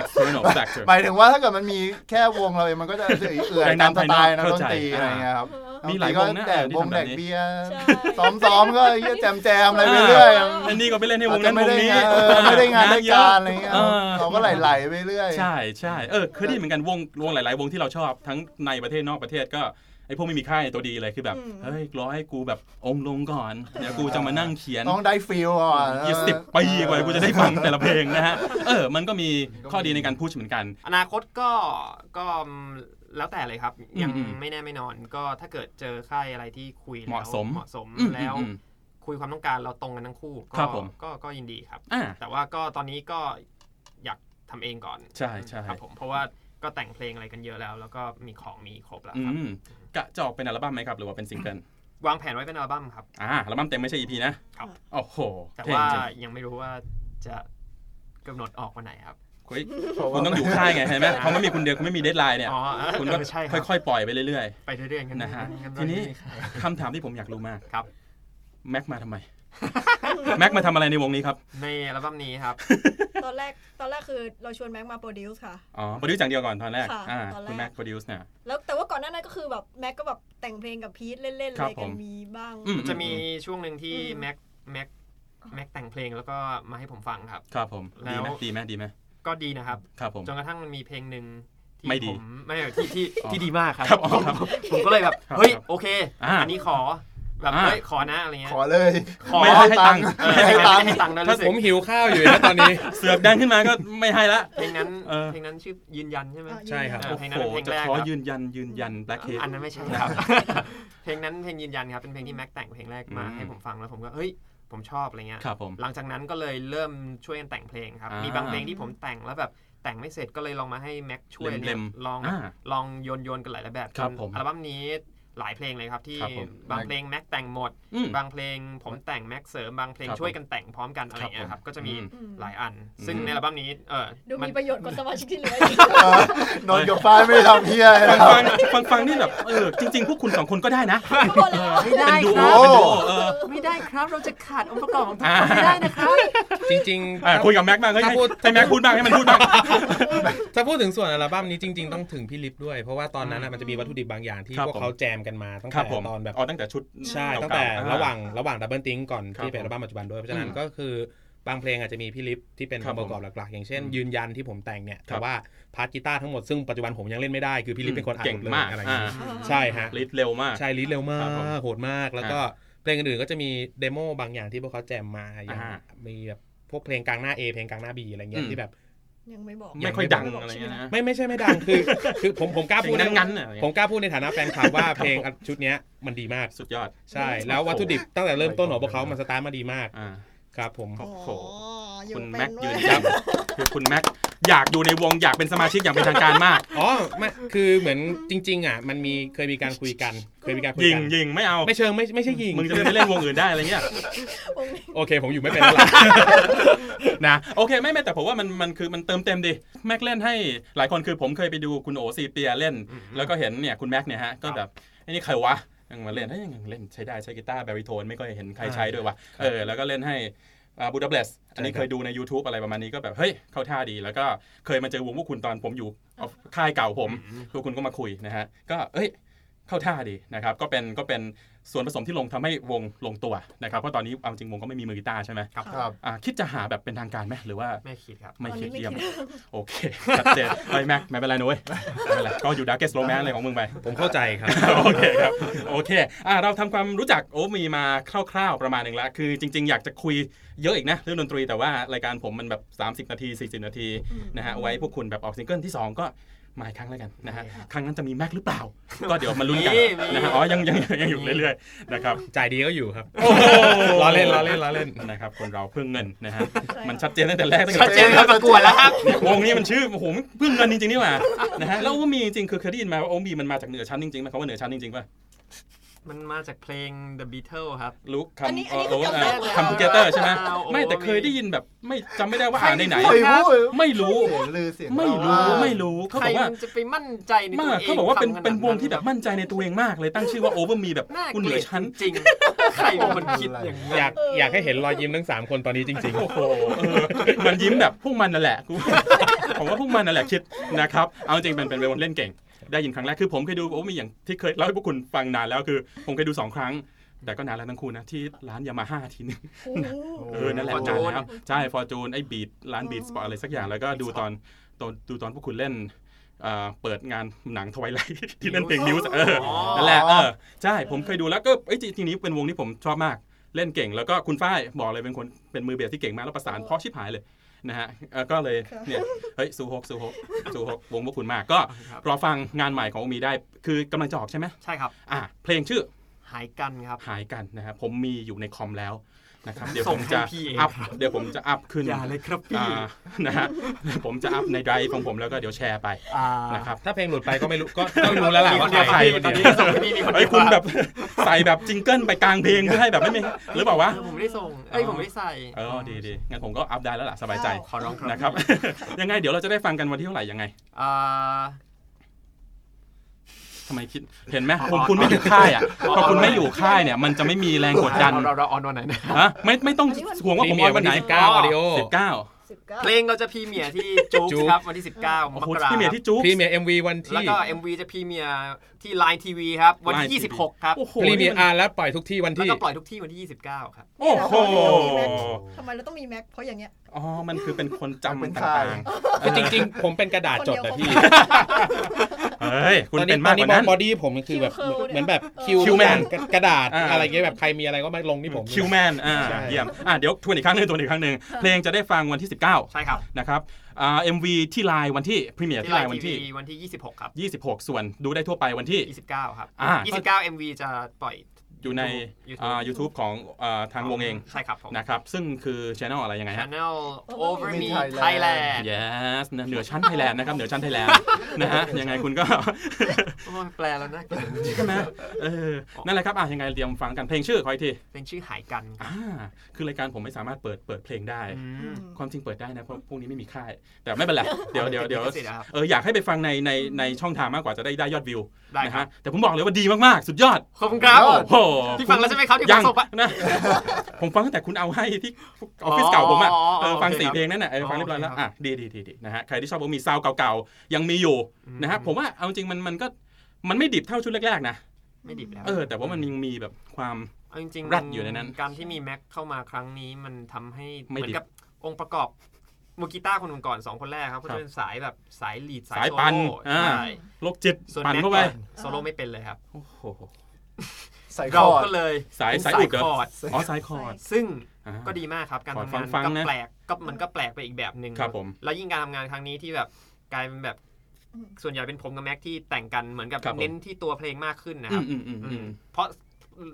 Speaker 2: external factor
Speaker 6: หมายถึงว่าถ้าเกิดมันมีแค่วงเราเองมันก็จะเอื่อย
Speaker 2: แรง
Speaker 6: ๆตาม
Speaker 2: ดั
Speaker 6: ส
Speaker 2: น
Speaker 6: ไตล์นะ
Speaker 2: ภายนอก
Speaker 6: ดนตรี
Speaker 2: เข้าใจ
Speaker 6: อะไรเงี้ยครับ
Speaker 2: มีหลายวงนะ
Speaker 6: บทีก็แดก
Speaker 2: ที่
Speaker 6: วง
Speaker 2: ทำแบบนี้
Speaker 6: แดกเบียร์
Speaker 5: ใช่
Speaker 6: ซ้อมๆก็เหี้ยแจมๆอะไรไปเรื่อยๆ
Speaker 2: อันนี้ก็ไปเล่นให้ว
Speaker 6: อาจ
Speaker 2: ง
Speaker 6: จะ
Speaker 2: นั้นวง
Speaker 6: ไม่ได้
Speaker 2: นี้
Speaker 6: งานเออไม่ได้งานราย
Speaker 2: เย
Speaker 6: การ
Speaker 2: อะ
Speaker 6: อะไรเงี้ย
Speaker 2: เออ
Speaker 6: เขาก็ไหลๆไปเรื่อย
Speaker 2: ใช่ใช่เออเคยได้ยินเหมือนกันวงวงหลาย ๆ วงที่เราชอบ ทั้งในประเทศนอกประเทศก็ไอ้พวกไม่มีค่ายตัวดีเลยคือแบบ
Speaker 5: อืม
Speaker 2: เฮ้ยรอให้กูแบบองค์ลงก่อน เดี๋ยวกูจะมานั่งเขียน
Speaker 6: ต้องได้ฟิลก่อนเออ
Speaker 2: ยี่สิบปีกว่ากูจะได้ฟังแต่ละเพลงนะฮะ เออ มันก็มีข้อดีในการพูชเหมือนกัน
Speaker 3: อนาคตก็ก็ แล้วแต่เลยครับ
Speaker 2: อืม
Speaker 3: ยัง
Speaker 2: อืม
Speaker 3: ไม่แน่ไม่นอนก็ถ้าเกิดเจอค่ายอะไรที่คุยแล้ว
Speaker 2: เหมาะสม
Speaker 3: เหมาะสม
Speaker 2: อืม
Speaker 3: แล้ว
Speaker 2: อืม
Speaker 3: คุยความต้องการเราตรงกันทั้งคู่
Speaker 2: ครั
Speaker 3: ก็
Speaker 2: บผม
Speaker 3: ก็ก็ยินดีครับ
Speaker 2: อ่า
Speaker 3: แต่ว่าก็ตอนนี้ก็อยากทำเองก่อน
Speaker 2: ใช่ใช่
Speaker 3: ครับผมเพราะว่าก็แต่งเพลงอะไรกันเยอะแล้ว แล้วก็มีของมีครบแล้ว
Speaker 2: อื
Speaker 3: ครับ
Speaker 2: มกะจะออกเป็นอัลบั้มไหมครับ หรือว่าเป็นซิงเกิล
Speaker 3: วางแผนไว้เป็นอัลบั้มครับ
Speaker 2: อ่าอัลบั้มเต็มไม่ใช่ EP นะครับ โอ้โห
Speaker 3: แต่
Speaker 2: เท่
Speaker 3: ว่า
Speaker 2: จริง
Speaker 3: ยังไม่รู้ว่าจะกำหนดออกวันไหนครับ
Speaker 2: เฮ้ยคุณต้องอยู่ค่ายไงเห็นไหมเพราะไม่มีคุณเดียวคุณไม่มีเดทไลน์เนี่ย
Speaker 3: อ๋อ
Speaker 2: คุณ
Speaker 3: เออใช่ค
Speaker 2: ก็
Speaker 3: รับ
Speaker 2: ค่อยๆ ปล่อยไปเรื่อย
Speaker 3: ไปเรื่อยๆกัน
Speaker 2: นะฮะ
Speaker 3: กั
Speaker 2: ทีนี้
Speaker 3: เรื่อยๆ
Speaker 2: ๆคำถามที่ผมอยากรู้มาก
Speaker 3: ครับ
Speaker 2: แม็กมาทำไม แม็กมาทำอะไรในวงนี้ครับ
Speaker 3: ในอัลบั้มนี้ครับ
Speaker 5: ตอนแรกตอนแรกคือเราชวนแม็กมาโปรดิวส์ค่ะ
Speaker 2: อ๋อโปรดิวส์อย่างเดียวก่อนตอนแรก
Speaker 5: ค่ะ
Speaker 2: อ่า
Speaker 5: ตอนแรก
Speaker 2: คุณแม็กโปรดิวส์เนี่ย
Speaker 5: แล้วแต่ว่าก่อนหน้านั้นก็คือแบบแม็กก็แบบแต่งเพลงกับพีทเล่น
Speaker 2: ค
Speaker 5: ๆอะ
Speaker 2: รับ
Speaker 5: ไรกั
Speaker 2: ผ
Speaker 5: น
Speaker 2: ม
Speaker 5: มีบ้าง
Speaker 2: อืม
Speaker 3: จะมีช่วงหนึ่งที่
Speaker 5: อืม
Speaker 3: แม็กแม็กแม็กแต่งเพลงแล้วก็มาให้ผมฟังครับ
Speaker 2: ครับผม
Speaker 3: แล้
Speaker 2: ดีไหม
Speaker 3: ว
Speaker 2: ดีไหมดีไหม
Speaker 3: ก็ดีนะครับ
Speaker 2: ครับผม
Speaker 3: จนกระทั่งมันมีเพลงหนึ่งที่
Speaker 2: ไม่ดี
Speaker 3: ผมไม่ที่ที่
Speaker 2: อ๋อ
Speaker 3: ที่ดีมากครับ
Speaker 2: ครับอ๋อ
Speaker 3: ผม
Speaker 2: ครับ
Speaker 3: ผมก็เลยแบบ
Speaker 2: ครับ
Speaker 3: เฮ้ย
Speaker 2: ครับ
Speaker 3: โอเค
Speaker 2: อ่า
Speaker 3: อันนี้ขอแบบ
Speaker 2: อ่า
Speaker 3: เฮ้ยขอนะอะไรเงี้ย
Speaker 6: ขอเลย
Speaker 3: ขอ
Speaker 2: ไม่ให้ตังค์
Speaker 3: เออ
Speaker 2: ไม่ให้ตังค์
Speaker 3: ให้ตังค์ให้ตังค์นะ
Speaker 4: ถ้า
Speaker 3: รู้สึ
Speaker 4: ผ
Speaker 3: ก
Speaker 4: มหิวข้าวอยู่ นะตอนนี้
Speaker 2: เสือกดังขึ้นมาก็ ไม่ให้ละ
Speaker 3: เพลงนั้น
Speaker 2: เออ
Speaker 3: เพลงนั้นชื่อยืนยันใช่ไหม
Speaker 5: อ่ะ
Speaker 4: ใช่ครับ
Speaker 3: เออ
Speaker 2: โอ้
Speaker 3: เพลงนั้
Speaker 2: โห
Speaker 3: นเป็นเพลง
Speaker 2: จะ
Speaker 3: แรก
Speaker 2: ขอ
Speaker 3: ครับ
Speaker 2: ยืนยันยืนยันแบล็คเคส
Speaker 3: อันนั้นไม่ใช่ครับ เพลงนั้นเพลงยืนยันครับเป็นเพลงที่แม็กแต่งเพลงแรกมา
Speaker 2: อืม
Speaker 3: ให้ผมฟังแล้วผมก็เฮ้ยผมชอบอะไรเงี้ย
Speaker 2: ครับผม
Speaker 3: หลังจากนั้นก็เลยเริ่มช่วยกันแต่งเพลงครับ
Speaker 2: อ่ามี
Speaker 3: มีบางเพลงที่ผมแต่งแล้วแบบแต่งไม่เสร็จก็เลยลองมาให้แม็กช่วย
Speaker 2: เล็
Speaker 3: เนี่ย
Speaker 2: ม
Speaker 3: ลอง
Speaker 2: อ่า
Speaker 3: ลองโยนโยนๆกันหลายๆแบบ
Speaker 2: ครับ
Speaker 3: จน
Speaker 2: ผม
Speaker 3: อัลบั้มนี้หลายเพลงเลยครับที่
Speaker 2: ครับผม
Speaker 3: บางเพลงแม็กแต่งหมด
Speaker 2: อืม
Speaker 3: บางเพลงผมแต่งแม็กเสริมบางเพลง
Speaker 2: ครับ
Speaker 3: ช่วยกันแต่งพร้อมกันอะไรเงี้ย
Speaker 2: ค
Speaker 3: ครั
Speaker 2: ผ
Speaker 3: บ
Speaker 2: ม
Speaker 3: รับก็จะมี
Speaker 2: อืม
Speaker 5: อืม
Speaker 3: หลายอัน ซึ่ง
Speaker 2: อืม
Speaker 3: ในอัลบั้มนี้เออ
Speaker 5: ดู
Speaker 3: มัน
Speaker 5: มีประโยชน์กว่าสมาชิกที่เหลือ
Speaker 6: เออนอนกับป้ายไม่ทำเฮียเลย
Speaker 2: ฟัง
Speaker 6: ครับ
Speaker 2: ฟังฟังฟังนี่แบบเออจริง ๆ พวกคุณสองคนก็ได้นะเป็นดูโอ
Speaker 6: ครับ
Speaker 2: เป็นดูโอเออ
Speaker 3: ไม่ได้ครับเราจะขาดองค์ประกอบของทุก
Speaker 2: อ่า
Speaker 3: คนไม่ได้นะครับ
Speaker 4: จริงๆ
Speaker 2: อ่ะคุยกับแม็กบ้างเฮ้ยให้ให้แม็กพูดบ้างให้มันพูดบ้าง
Speaker 4: ถ้าพูดถึงส่วนอัลบั้มนี้จริง ๆ ต้องถึงพี่ลิฟด้วย เพราะว่าตอนนั้นน่ะมันจะมีวัตถุดิบบางอย่างที่
Speaker 2: ครับ
Speaker 4: พวก
Speaker 2: ผม
Speaker 4: เขาแจมกันมาตั้ง
Speaker 2: ครั
Speaker 4: แต่
Speaker 2: บผม
Speaker 4: ตอนแบบ
Speaker 2: อ๋อตั้งแต่ชุด
Speaker 4: ใช่
Speaker 2: เก่าๆ
Speaker 4: ตั้งแต่
Speaker 2: อ่
Speaker 4: ระหว่างระหว่างดับเบิลติงก่อน
Speaker 2: ครับ
Speaker 4: ที่เป็นอัลบั้มปัจจุบันด้วย เพราะฉะนั้นก็คือบางเพลงอาจจะมีพี่ลิฟที่เป็น
Speaker 2: ครับ
Speaker 4: องค์ประกอบหลักๆ อย่างเช่น
Speaker 2: อืม
Speaker 4: ยืนยันที่ผมแต่งเนี่ย
Speaker 2: ครั
Speaker 4: แต่
Speaker 2: บ
Speaker 4: ว่าพาร์ทกีตาร์ทั้งหมดซึ่งปัจจุบันผมยังเล่นไม่ได้คือพี่ลิฟเป็นคนอ่าน
Speaker 2: เก่ง
Speaker 4: หมดเลย
Speaker 2: มาก
Speaker 4: อะไรอย่างนี้
Speaker 2: อ่
Speaker 4: ใช่ฮะ
Speaker 2: ลิดเร็วมาก
Speaker 4: ใช่ลิดเร็วมา
Speaker 2: ครับผม
Speaker 4: กโหดมากแล้วก็เพลงอื่นๆก็จะมีเดโมบางอย่างที่พวกเขาแจมมาอย่าง
Speaker 2: อ่า
Speaker 4: มีแบบพวกเพลงกลางหน้า A เพลงกลางหน้า B อะไรเงี้
Speaker 2: อื
Speaker 4: ย
Speaker 2: ม
Speaker 4: ที่แบบ
Speaker 5: ยังไม่บอก
Speaker 2: ไม่ค่อยดังอะไรอย่างเงี้ยนะ
Speaker 4: ไม่ไม่ใช่ไม่ดังคือ คือผมผมกล้า
Speaker 2: เสี
Speaker 4: พู
Speaker 2: ย
Speaker 4: ด
Speaker 2: งงั้นๆน่ะ
Speaker 4: ผมกล้าพูดในฐานะแฟนคลับว่าเพลง ชุดเนี้ยมันดีมาก
Speaker 2: สุดยอด
Speaker 4: ใช่แล้ววัตถุดิบตั้งแต่เริ่มต้นของพวกเขามันสตาร์ทมาดีมาก
Speaker 2: อ่า
Speaker 4: ครับผม
Speaker 2: โอ้โห
Speaker 5: อยู่
Speaker 2: คุณ
Speaker 5: เป็
Speaker 2: แม็ก
Speaker 5: น
Speaker 2: ยื
Speaker 5: เว้
Speaker 2: น
Speaker 5: ย
Speaker 2: ยันคือคุณแม็กอยากอยู่ในวงอยากเป็นสมาชิกอย่างเป็นทางการมาก
Speaker 4: อ๋อไม่คือเหมือนจริง ๆ อ่ะ มันมีเคยมีการคุยกัน เคยมีการคุย
Speaker 2: ยิง
Speaker 4: กัน
Speaker 2: ยิงไม่เอา
Speaker 4: ไม่เชิงไม่ไม่ใช่ยิง
Speaker 2: มึงจะได้ไปเล่นวงอื่นได้อะไรเงี้ย
Speaker 5: องค์นี้
Speaker 4: โอเค ผมอยู่ไม่เป็ นแล้วล่ะ
Speaker 2: นะโอเคไม่ไม่แต่ผมว่ามันมันคือมันเติมเต็มดิแม็กเล่นให้หลายคนคือผมเคยไปดูคุณโอซีเปียเล่น
Speaker 3: อืม
Speaker 2: แล้วก็เห็นเนี่ยคุณแม็กเนี่ยฮะก็แบบไอ้นี่ใครวะยังมาเล่นเฮ้ยยังเล่นใช้ได้ใช้กีตาร์แบริโทนไม่ค่อยเห็นใครใช้ด้วยวะเออแล้วก็เล่นให้บูดาเบสอันนี้
Speaker 4: ใช่ครับ
Speaker 2: เคยดูใน YouTube อะไรประมาณนี้ก็แบบเฮ้ยเข้าท่าดี แล้วก็เคยมาเจอวงพวกคุณตอนผมอยู่เอาค่ายเก่าผมพวกคุณก็มาคุยนะฮะก็เอ้ยเข้าท่าดีนะครับก็เป็นก็เป็นส่วนผสมที่ลงทำให้วงลงตัวนะครับเพราะตอนนี้เอาจริงวงก็ไม่มีมือกีตาร์ใช่ไหม
Speaker 3: ครับ
Speaker 6: ครับ
Speaker 2: อ่าคิดจะหาแบบเป็นทางการไหมหรือว่า
Speaker 3: ไม่คิดครับ
Speaker 2: ไม่
Speaker 5: ตอน
Speaker 2: คิด
Speaker 5: นี้ไม่
Speaker 2: เยี่ยม
Speaker 5: คิด
Speaker 2: โอเคชัดเจนไม่แม็กไม่เป็นไรนุ้ยไม่เป็นไรก็อยู่ดาร์เกสโรแมนอะไรของมึงไป
Speaker 4: ผมเข้าใจ ครับ
Speaker 2: โอเคครับ โอเคอ่าเราทำความรู้จักโอ้มีมาคร่าวๆประมาณหนึ่งละคือจริง ๆ อยากจะคุยเยอะอีกนะ เรื่องดนตรีแต่ว่ารายการผมมันแบบ 30 นาที 40 นาทีนะฮะเอาไว้พวกคุณแบบออกซิงเกิลที่ 2 ก็มาอีกครั้งแล้วกันนะฮะ
Speaker 3: ได้ครับ
Speaker 2: ครั้งนั้นจะมีแม็กหรือเปล่า ก็เดี๋ยวมาลุ้นกัน
Speaker 3: มีมี
Speaker 2: นะฮะอ๋อยังยังยังอยู่เรื่อยๆนะครับ
Speaker 4: จ่ายดีก็อยู่ครับ
Speaker 2: โอ้โห
Speaker 4: ล้อเล่นล้อเล่นล้อเล่น
Speaker 2: นะครับคนเราเพื่อเงินนะฮะมันชัดเจนตั้งแต่แรกตั้ง
Speaker 3: ชั
Speaker 2: แต่
Speaker 3: ดเจนครับประกวดแล้วครับ
Speaker 2: วงนี้มันชื่อโอ้โหเพื่อเงินจริงๆนี่หว่านะฮะแล้วโอมีจริงๆคือเคยได้ยินมาว่าโอมีมันมาจากเหนือชั้นจริงๆไหมคำว่าเหนือชั้นจริงๆป่ะ
Speaker 3: มันมาจากเพลง The Beatles ครับ
Speaker 2: รู้
Speaker 5: อันนี้
Speaker 2: คำ
Speaker 5: อันนี้คือจำได้หมดแล้ว
Speaker 2: คำพูเกเตอร์ใช่ไหม
Speaker 3: อ้าวโอ้
Speaker 2: ไม่แต่เคยได้ยินแบบไม่จำไม่ได้ว่าอ่านในไหน
Speaker 6: โอ้ยโอ้ย
Speaker 2: ไม่รู้
Speaker 6: เสียงลือเสียง
Speaker 2: ไม่
Speaker 6: เล่า
Speaker 2: รู้
Speaker 6: ว่า
Speaker 2: ไม่รู้เขา
Speaker 3: ใค
Speaker 2: บ
Speaker 3: ร
Speaker 2: อกว่า
Speaker 3: มันจะไปมั่นใจในตัว
Speaker 2: มาก
Speaker 3: เอง
Speaker 2: เขาบอกว่าเป็น
Speaker 3: ทำขด
Speaker 2: เป็นวงที่แบบมั่นใจในตัวเองมากเลยตั้งชื่อว่าโอเวอร์มีแบบ
Speaker 3: น่า
Speaker 2: กู
Speaker 3: เก
Speaker 2: เห
Speaker 3: ลี
Speaker 2: นือ
Speaker 3: ยด
Speaker 2: ชั้น
Speaker 3: จริงๆใครเป็นคนคิดอย่างนี้น
Speaker 4: อยากอยากให้เห็นรอยยิ้มทั้ง 3 คนตอนนี้จริง
Speaker 2: โอ้โหเออมันยิ้มแบบพวกมันนั่นแหละกู ผมว่าพวกมันนั่นแหละคิดนะครับ เอาจริงเป็นเป็นเป็นคนเล่นเก่ง ได้ยินครั้งแรกคือผมเคยดูโอ้มีอย่างที่เคยเล่าให้พวกคุณฟังนานแล้วคือ ผมเคยดูสองครั้ง แต่ก็นานแล้วทั้งคู่นะ ที่ร้านยามาฮ่าทีนึง
Speaker 5: โอ้โห
Speaker 2: เออนั่นแหละนาน
Speaker 3: Fortune
Speaker 2: แล้วใช่ฟอร์จูนไอ้บีดร้านบีดสปอร์อะไรสักอย่างแล้วก็ดูตอนตอนดูตอนพวกคุณเล่นเอ่อเปิดงานหนังทวายไลท์ ที่เล่นเพลงนิวส์เออ
Speaker 3: อ๋อ
Speaker 2: นั่นแหละเออใช่ผมเคยดูแล้วก็เอ้ยจริงๆนี้เป็นวงที่ผมชอบมากเล่นเก่งแล้วก็คุณฝ้ายบอกเลยเป็นคนเป็นมือเบสที่เก่งมากแล้วประสานเพราะชิบหายเลย นะฮะเอ่อก็เลยเนี่ยเฮ้ยสูฮกสูฮกสูฮกวงพวกคุณมากก็
Speaker 3: ครับ
Speaker 2: รอฟังงานใหม่ของโอมีได้ คือกำลังจะออกใช่ไหม
Speaker 3: ใช่ครับ
Speaker 2: อ่ะเพลงชื่อ
Speaker 3: หายกันครับ
Speaker 2: หายกันนะครับผมมีอยู่ในคอมแล้วนะครับเดี๋ยว
Speaker 3: ส่
Speaker 2: ผ
Speaker 3: ง
Speaker 2: ม
Speaker 3: ให้
Speaker 2: จะ
Speaker 3: พี่เอง
Speaker 2: อัพ
Speaker 3: ครับ
Speaker 2: เดี๋ยวผมจะอัพขึ้น
Speaker 3: อย่าเลยครับพี่
Speaker 2: อ่านะฮ ะผมจะอัพในไดรฟ์ของผมแล้วก็เดี๋ยวแชร์ไป
Speaker 3: อ่า
Speaker 2: นะครับ
Speaker 4: ถ้าเพลงหลุดไปก็ไม่รู้ก็ต้องรู้แล้วแหละ
Speaker 3: มีค
Speaker 4: ว่าน
Speaker 3: เดียว
Speaker 4: ใคร
Speaker 3: พี่
Speaker 4: คน
Speaker 3: ตอน
Speaker 4: เดี
Speaker 3: นี้
Speaker 4: ยว
Speaker 3: ส่งให้พี่มีคน
Speaker 2: ไอ้
Speaker 3: เดี
Speaker 2: ย
Speaker 3: ยว
Speaker 2: คุณแบบ ใส่ แบบจิงเกิลไปกลางเพลงเพื่อให้แบบไม่มีหรือเปล่าวะ
Speaker 3: เออผมไม่ได้ส่งเอ้ยผมไม่ได้ใส่
Speaker 2: เออดีดีงั้นผมก็อัพได้แล้วล่ะสบายใจ
Speaker 3: ขอร้องครับ
Speaker 2: นะครับ ยังไงเดี๋ยวเราจะได้ฟังกันวันที่เท่าไหร่ยังไง
Speaker 3: อ่า
Speaker 2: ทำไมคิดเห็นไหม
Speaker 3: อ๋อ
Speaker 2: ผม
Speaker 3: อ๋อ
Speaker 2: คุณไม่อยู่ค่ายอ่ะ
Speaker 3: อ๋ออ๋อ
Speaker 2: พอคุณไม่อยู่ค่ายเนี่ย มันจะไม่มีแรงกดดัน
Speaker 3: เราเราเราออนวันไหนนะ
Speaker 2: ฮะไม่ไม่ต้องห่วงว่าผมออนวันไหน
Speaker 4: สิบเก้าออดิโอ
Speaker 2: สิบเก้า
Speaker 5: สิบเก้า
Speaker 3: เพลงเราจะพรีเมียร์ที่จุ๊กครับวันที่ 19ม
Speaker 2: โอ้โห
Speaker 3: กราค
Speaker 2: พี่เมีย
Speaker 3: ม
Speaker 2: ที่จุ๊บ
Speaker 4: พรีเมียร์เอ็มวีวัน
Speaker 3: แล้
Speaker 4: ที่
Speaker 3: วก็ MV จะพรีเมียร์ที่ Line TV ครับ วันที่
Speaker 2: Line TV
Speaker 3: 26 ครับ
Speaker 2: โอ้โห
Speaker 4: พรีเมี
Speaker 2: นี่
Speaker 4: ยร์
Speaker 2: มัน
Speaker 4: อาร์แล้วปล่อยทุกที่วัน
Speaker 3: แล้ว
Speaker 4: ที่
Speaker 3: ก็ปล่อยทุกที่วันที่ 29 ครับ
Speaker 2: โอ้โห
Speaker 5: ทำไมเราต้องมีแม็ก เพราะอย่างเงี้ย
Speaker 2: อ๋อ มันคือเป็นคนจำ
Speaker 6: เป็น
Speaker 2: ต่า
Speaker 6: ค่าย
Speaker 2: ง
Speaker 4: คือจริงๆ ผมเป็นกระดาษจดแต่พี่
Speaker 2: ๆเฮ้ย คุณ
Speaker 4: ตอน
Speaker 2: เป็น
Speaker 4: นี้ตอ
Speaker 2: มากก
Speaker 4: นนี้
Speaker 2: ว่านั้น
Speaker 4: บอดี้ผมคือแบบ
Speaker 5: คิวเนี่ย
Speaker 4: เหมือนแบบ
Speaker 5: เออ
Speaker 4: คิว
Speaker 2: คิวแมน
Speaker 4: กระกระดาษ
Speaker 2: อ่า
Speaker 4: อะไรเงี้ยแบบใครมีอะไรก็มาลงที่ผม
Speaker 2: คิวแมน อ่า เยี่ยม อ่าเดี๋ยวทวนอีกครั้งหนึ่งทวนอีกครั้งหนึ่ง เพลงจะได้ฟังวันที่
Speaker 3: ใช่ครับ
Speaker 2: 19 นะครับ อ่า MV ที่ไลน์วันที่ พรีเมียร์
Speaker 3: ที่
Speaker 2: ที่ไล
Speaker 3: Line
Speaker 2: น์วัน
Speaker 3: TV
Speaker 2: ที่
Speaker 3: วันที่ 26 ครับ
Speaker 2: 26 ส่วนดูได้ทั่วไปวันที่
Speaker 3: 29 ครับ
Speaker 2: อ่า
Speaker 3: 29 MV จะปล่อย
Speaker 2: อยู่ใน
Speaker 3: YouTube
Speaker 2: อ่า YouTube ของอ่าทางวงเอง
Speaker 3: ใช่ครับผม
Speaker 2: นะครับ ซึ่งคือช่องอะไรยังไงฮะ
Speaker 3: Channel Over Me
Speaker 6: Thailand
Speaker 3: Thailand
Speaker 2: yes นะเหนือชั้นไทยแลนด์นะครับ เหนือชั้นไทยแลนด์ นะฮะ ยังไงคุณก็
Speaker 3: โอ้ยแปลแล้วนะ
Speaker 2: ใช่ไหมเออ นั่นแหละครับ อ่ะยังไงเตรียมฟังกันเพลงชื่อขออีกที
Speaker 3: เพลงชื่อหายกัน
Speaker 2: อ่าคือรายการผมไม่สามารถเปิดเปิดเพลงได้
Speaker 3: อืม
Speaker 2: ความจริงเปิดได้นะเพราะพวกนี้ไม่มีค่าย แต่ไม่ เป็นไร เดี๋ยวเดี๋ยวเดี๋ยว
Speaker 3: เป็นลิขสิทธิ์อะครับ
Speaker 2: เอออยากให้ไปฟังในในในช่องทางมากกว่าจะได้ได้ยอดวิว
Speaker 3: ได้
Speaker 2: นะ
Speaker 3: ครั
Speaker 2: ฮะ
Speaker 3: บ
Speaker 2: แต่ผมบอกเลยว่าดีมาก ๆ สุดยอด
Speaker 3: ขอบคุณครับ
Speaker 6: ยอด
Speaker 2: โอ้โห
Speaker 3: ที่ฟังแล้วใช่ไหมครับที่
Speaker 2: ยั
Speaker 3: ฟังสดปะ
Speaker 2: นะ ผมฟังตั้งแต่คุณเอาให้ที่อ
Speaker 3: อ๋
Speaker 2: อ
Speaker 3: อ
Speaker 2: ฟฟิศเก่าผมอ่ะ
Speaker 3: อ๋อ
Speaker 2: เออฟัง
Speaker 3: โอเค
Speaker 2: สี่
Speaker 3: ครับ
Speaker 2: เพลงนั่นน่ะเออฟัง
Speaker 3: อ๋อ
Speaker 2: เรียบร้อยแล้ว
Speaker 3: โอเคครับ
Speaker 2: อ่ะดีดีดีดีนะฮะใครที่ชอบว่ามีซาวด์เก่าๆยังมีอยู่นะฮะ
Speaker 3: อืม
Speaker 2: ผมว่าเอาจริงมันมันก็มันไม่ดิบเท่าชุดแรกๆนะ
Speaker 3: ไม่ดิบแล้ว
Speaker 2: เออแต่ว่ามันยังมีแบบความ
Speaker 3: เอาจริง
Speaker 2: รัดอยู่ในนั้น
Speaker 3: การที่มีแม็กเข้ามาครั้งนี้มันทำให้เห
Speaker 2: ไม่
Speaker 3: มือ
Speaker 2: ดิบ
Speaker 3: นกับองค์ประกอบมือกีตาร์คนก่อนๆสองคนแรกครับก็จะเป็นสายแบบสายลีดสาย
Speaker 2: สาย
Speaker 3: โซ
Speaker 2: ปั่น
Speaker 3: โล่
Speaker 2: อ่า
Speaker 3: ใช่
Speaker 2: โรคจิต
Speaker 3: ส่วน
Speaker 2: ปั่น
Speaker 3: แม็ก
Speaker 2: เข้าไป
Speaker 3: โซโล่ไม่เป็นเลยครับ
Speaker 2: โอ้โห
Speaker 6: ใส่ค
Speaker 3: เรา
Speaker 6: อร์ด
Speaker 3: ก็เลย
Speaker 2: สาย
Speaker 3: เป็น
Speaker 2: สายอุดเหรอ
Speaker 3: คอร์ด
Speaker 2: อ๋อสายคอร์ด
Speaker 3: ซึ่ง
Speaker 2: อ่า
Speaker 3: ก็ดีมากครับการ
Speaker 2: คอร์ด
Speaker 3: ทำงาน
Speaker 2: ฟังๆ
Speaker 3: ก็
Speaker 2: นะ
Speaker 3: แปลกก็มันก็แปลกไปอีกแบบหนึ่ง
Speaker 2: ครับผม
Speaker 3: แล้วยิ่งการทำงานครั้งนี้ที่แบบกลายเป็นแบบ ส่วนใหญ่เป็นผมกับแม็กที่แต่งกันเหมือนกับ
Speaker 2: ครับผม
Speaker 3: เน้นที่ตัวเพลงมากขึ้นนะ
Speaker 2: อื
Speaker 3: ครั
Speaker 2: ม
Speaker 3: บ
Speaker 2: อืมอืมอืม
Speaker 3: เพราะ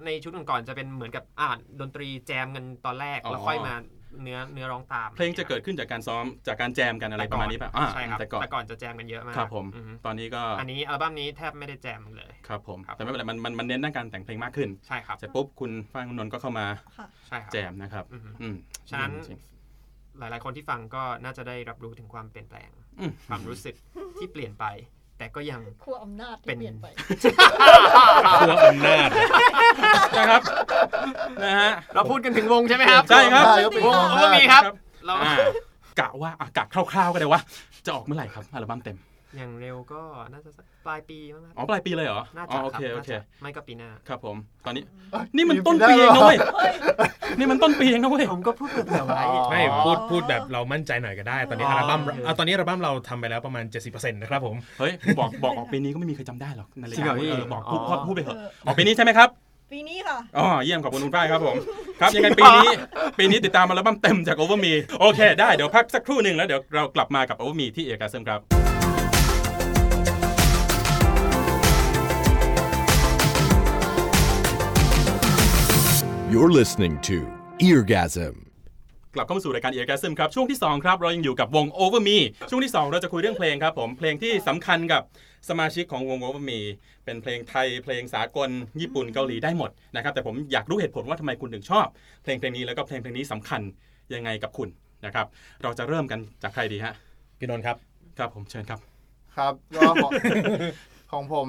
Speaker 3: ในชุดก่อนๆจะเป็นเหมือนกับอ่านดนตรีแจมกันตอนแรก
Speaker 2: อ๋อ
Speaker 3: แล้วค่อยมาเนื้อเนื้อร้องตาม
Speaker 2: เพลงจะเกิดขึ้นจากการซ้อมจากการแจมกันอะไรประมาณนี้ป่ะอ่า
Speaker 3: ใช่ครับ
Speaker 2: แต่ก่อน
Speaker 3: แต่ก่อนจะแจมกันเยอะมาก
Speaker 2: ครับผม
Speaker 3: อือฮึ
Speaker 2: ตอนนี้ก็
Speaker 3: อันนี้อัลบั้มนี้แทบไม่ได้แจมเลย
Speaker 2: ครับผม
Speaker 3: ครับ
Speaker 2: แต่ไม่เป็นไรมันมันมันเน้นด้านการแต่งเพลงมากขึ้น
Speaker 3: ใช่ครับ
Speaker 2: เสร็จปุ๊บคุณฟังนนท์ก็เข้ามา
Speaker 3: ใช่ครับ
Speaker 2: แจมนะครับ
Speaker 3: อือฮึ
Speaker 2: อืม
Speaker 3: ฉะนั้น
Speaker 2: จริง
Speaker 3: หลายๆ คนที่ฟังก็น่าจะได้รับรู้ถึงความเปลี่ยนแปลง
Speaker 2: อืม
Speaker 3: ความรู้สึกที่เปลี่ยนไป แต่ก็ ยัง
Speaker 5: ครัวอำนาจที่
Speaker 3: เป็น
Speaker 5: เปลี่ยนไป
Speaker 4: ครัวอำนาจ
Speaker 2: ๆนะครับนะฮะ
Speaker 3: เราพูดกันถึงวงใช่ไหมครับ
Speaker 2: ใช่ครับ
Speaker 3: วงก็มีครับ เรา
Speaker 2: อ่ากะว่าอ่ะกะคร่าวๆก็ได้ว่าจะออกเมื่อไหร่ครับอัลบั้มเต็ม
Speaker 3: อย่างเร็วก็น่าจะสักปลายปีมั้งครับ
Speaker 2: อ๋อปลายปีเลยเหรอ
Speaker 3: น่า
Speaker 2: อ๋
Speaker 3: จะ
Speaker 2: อโอ
Speaker 3: ครับ
Speaker 2: เคโอ
Speaker 3: น่า
Speaker 2: เค
Speaker 3: จะไม่ก็ปีหน้า
Speaker 2: ครับผมตอนนี้นี่มันต้นปีเองนะเว้ยนี่มันต้นปีเองนะเว้ย
Speaker 3: ผมก็พูดเผื่อไว้
Speaker 4: ไม่
Speaker 6: อ๋อ
Speaker 4: พูดพูดแบบเรามั่นใจหน่อยก็ได้ ตอนนี้
Speaker 3: อ๋อ
Speaker 4: อั
Speaker 3: อั
Speaker 4: ลบั้ม
Speaker 3: โอเค
Speaker 4: เอาตอนนี้อัลบั้มเราทำไปแล้วประมาณ 70%นะครับผม
Speaker 2: เฮ้ยบอกบอกออกปีนี้ก็ไม่มีใครจำได้หรอกนาฬิ
Speaker 3: จริง
Speaker 2: กา
Speaker 3: เหรอพี่
Speaker 2: เออบอกพูด
Speaker 3: อ๋อ
Speaker 2: พอพูดไปเถอะ
Speaker 5: เออ
Speaker 2: ออกปีนี้ใช่ไหมครับ
Speaker 5: ปีนี้ค่ะ
Speaker 2: อ๋อเยี่ยมขอบคุณคุณฝ้ายครับผมครับยังไงปีนี้ ปีนี้ติดตามอัลบั้มเต็มจาก Over Me โอเค ได้เดี๋ยวพักสักครู่หนึ่งแล้วเดี๋ยวเรากลับมากับ Over Me ที่เอกาเซมครับ
Speaker 1: You're listening to Eargasm.
Speaker 2: กลับเข้ามาสู่รายการเอกาเซมครับช่วงที่ 2 ครับ เรายังอยู่กับวง Over Me ช่วงที่ 2 เราจะคุยเรื่องเพลงครับผมเพลงที่สำคัญกับสมาชิกของวง Over Me เป็นเพลงไทยเพลงสากลญี่ปุ่นเกาหลีได้หมดนะครับแต่ผมอยากรู้เหตุผลว่าทำไมคุณถึงชอบ เพลงเพลงนี้แล้วก็เพลงเพลงนี้สำคัญยังไงกับคุณนะครับเราจะเริ่มกันจากใครดีฮะ
Speaker 4: พี่นนท์ครับ
Speaker 2: ครับผมเชิญครับ
Speaker 6: ครับก็ของ ของผม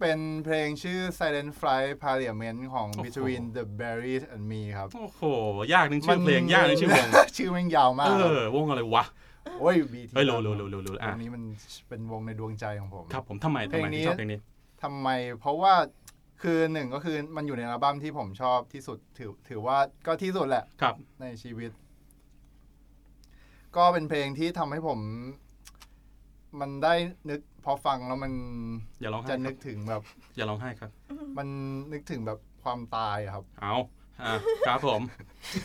Speaker 6: เป็นเพลงชื่อ Silent Flight Parliament ของ Between the Berries and Me ครับ
Speaker 2: โอ้โหยากนึงชื่อเพลงยากนึงชื่อวง
Speaker 6: ชื่อแม่งยาวมาก
Speaker 2: เอ
Speaker 6: ครับ
Speaker 2: อวงอะไรวะ
Speaker 6: โอ้ย BT
Speaker 2: เฮ้ยรู้รู้รู้รู้รู้
Speaker 6: ว
Speaker 2: อ่ะ
Speaker 6: งนี้มันเป็นวงในดวงใจของผม
Speaker 2: ครับผมทำไมทำไมถึงชอบเพลงนี้
Speaker 6: ทำไมเพราะว่าคือหนึ่งก็คือมันอยู่ในอัลบั้มที่ผมชอบที่สุดถือถือว่าก็ที่สุดแหละ
Speaker 2: ครับ
Speaker 6: ในชีวิต ก็เป็นเพลงที่ทำให้ผม มันได้นึกพอฟังแล้วมัน
Speaker 2: อย่าร้องไห้
Speaker 6: จะ
Speaker 2: ค
Speaker 6: นึ
Speaker 2: รับ
Speaker 6: กถึงแบบ
Speaker 2: อย่าร้องไห้ครับ
Speaker 6: มันนึกถึงแบบความตายอะครับ
Speaker 2: เอา อ่าครับผม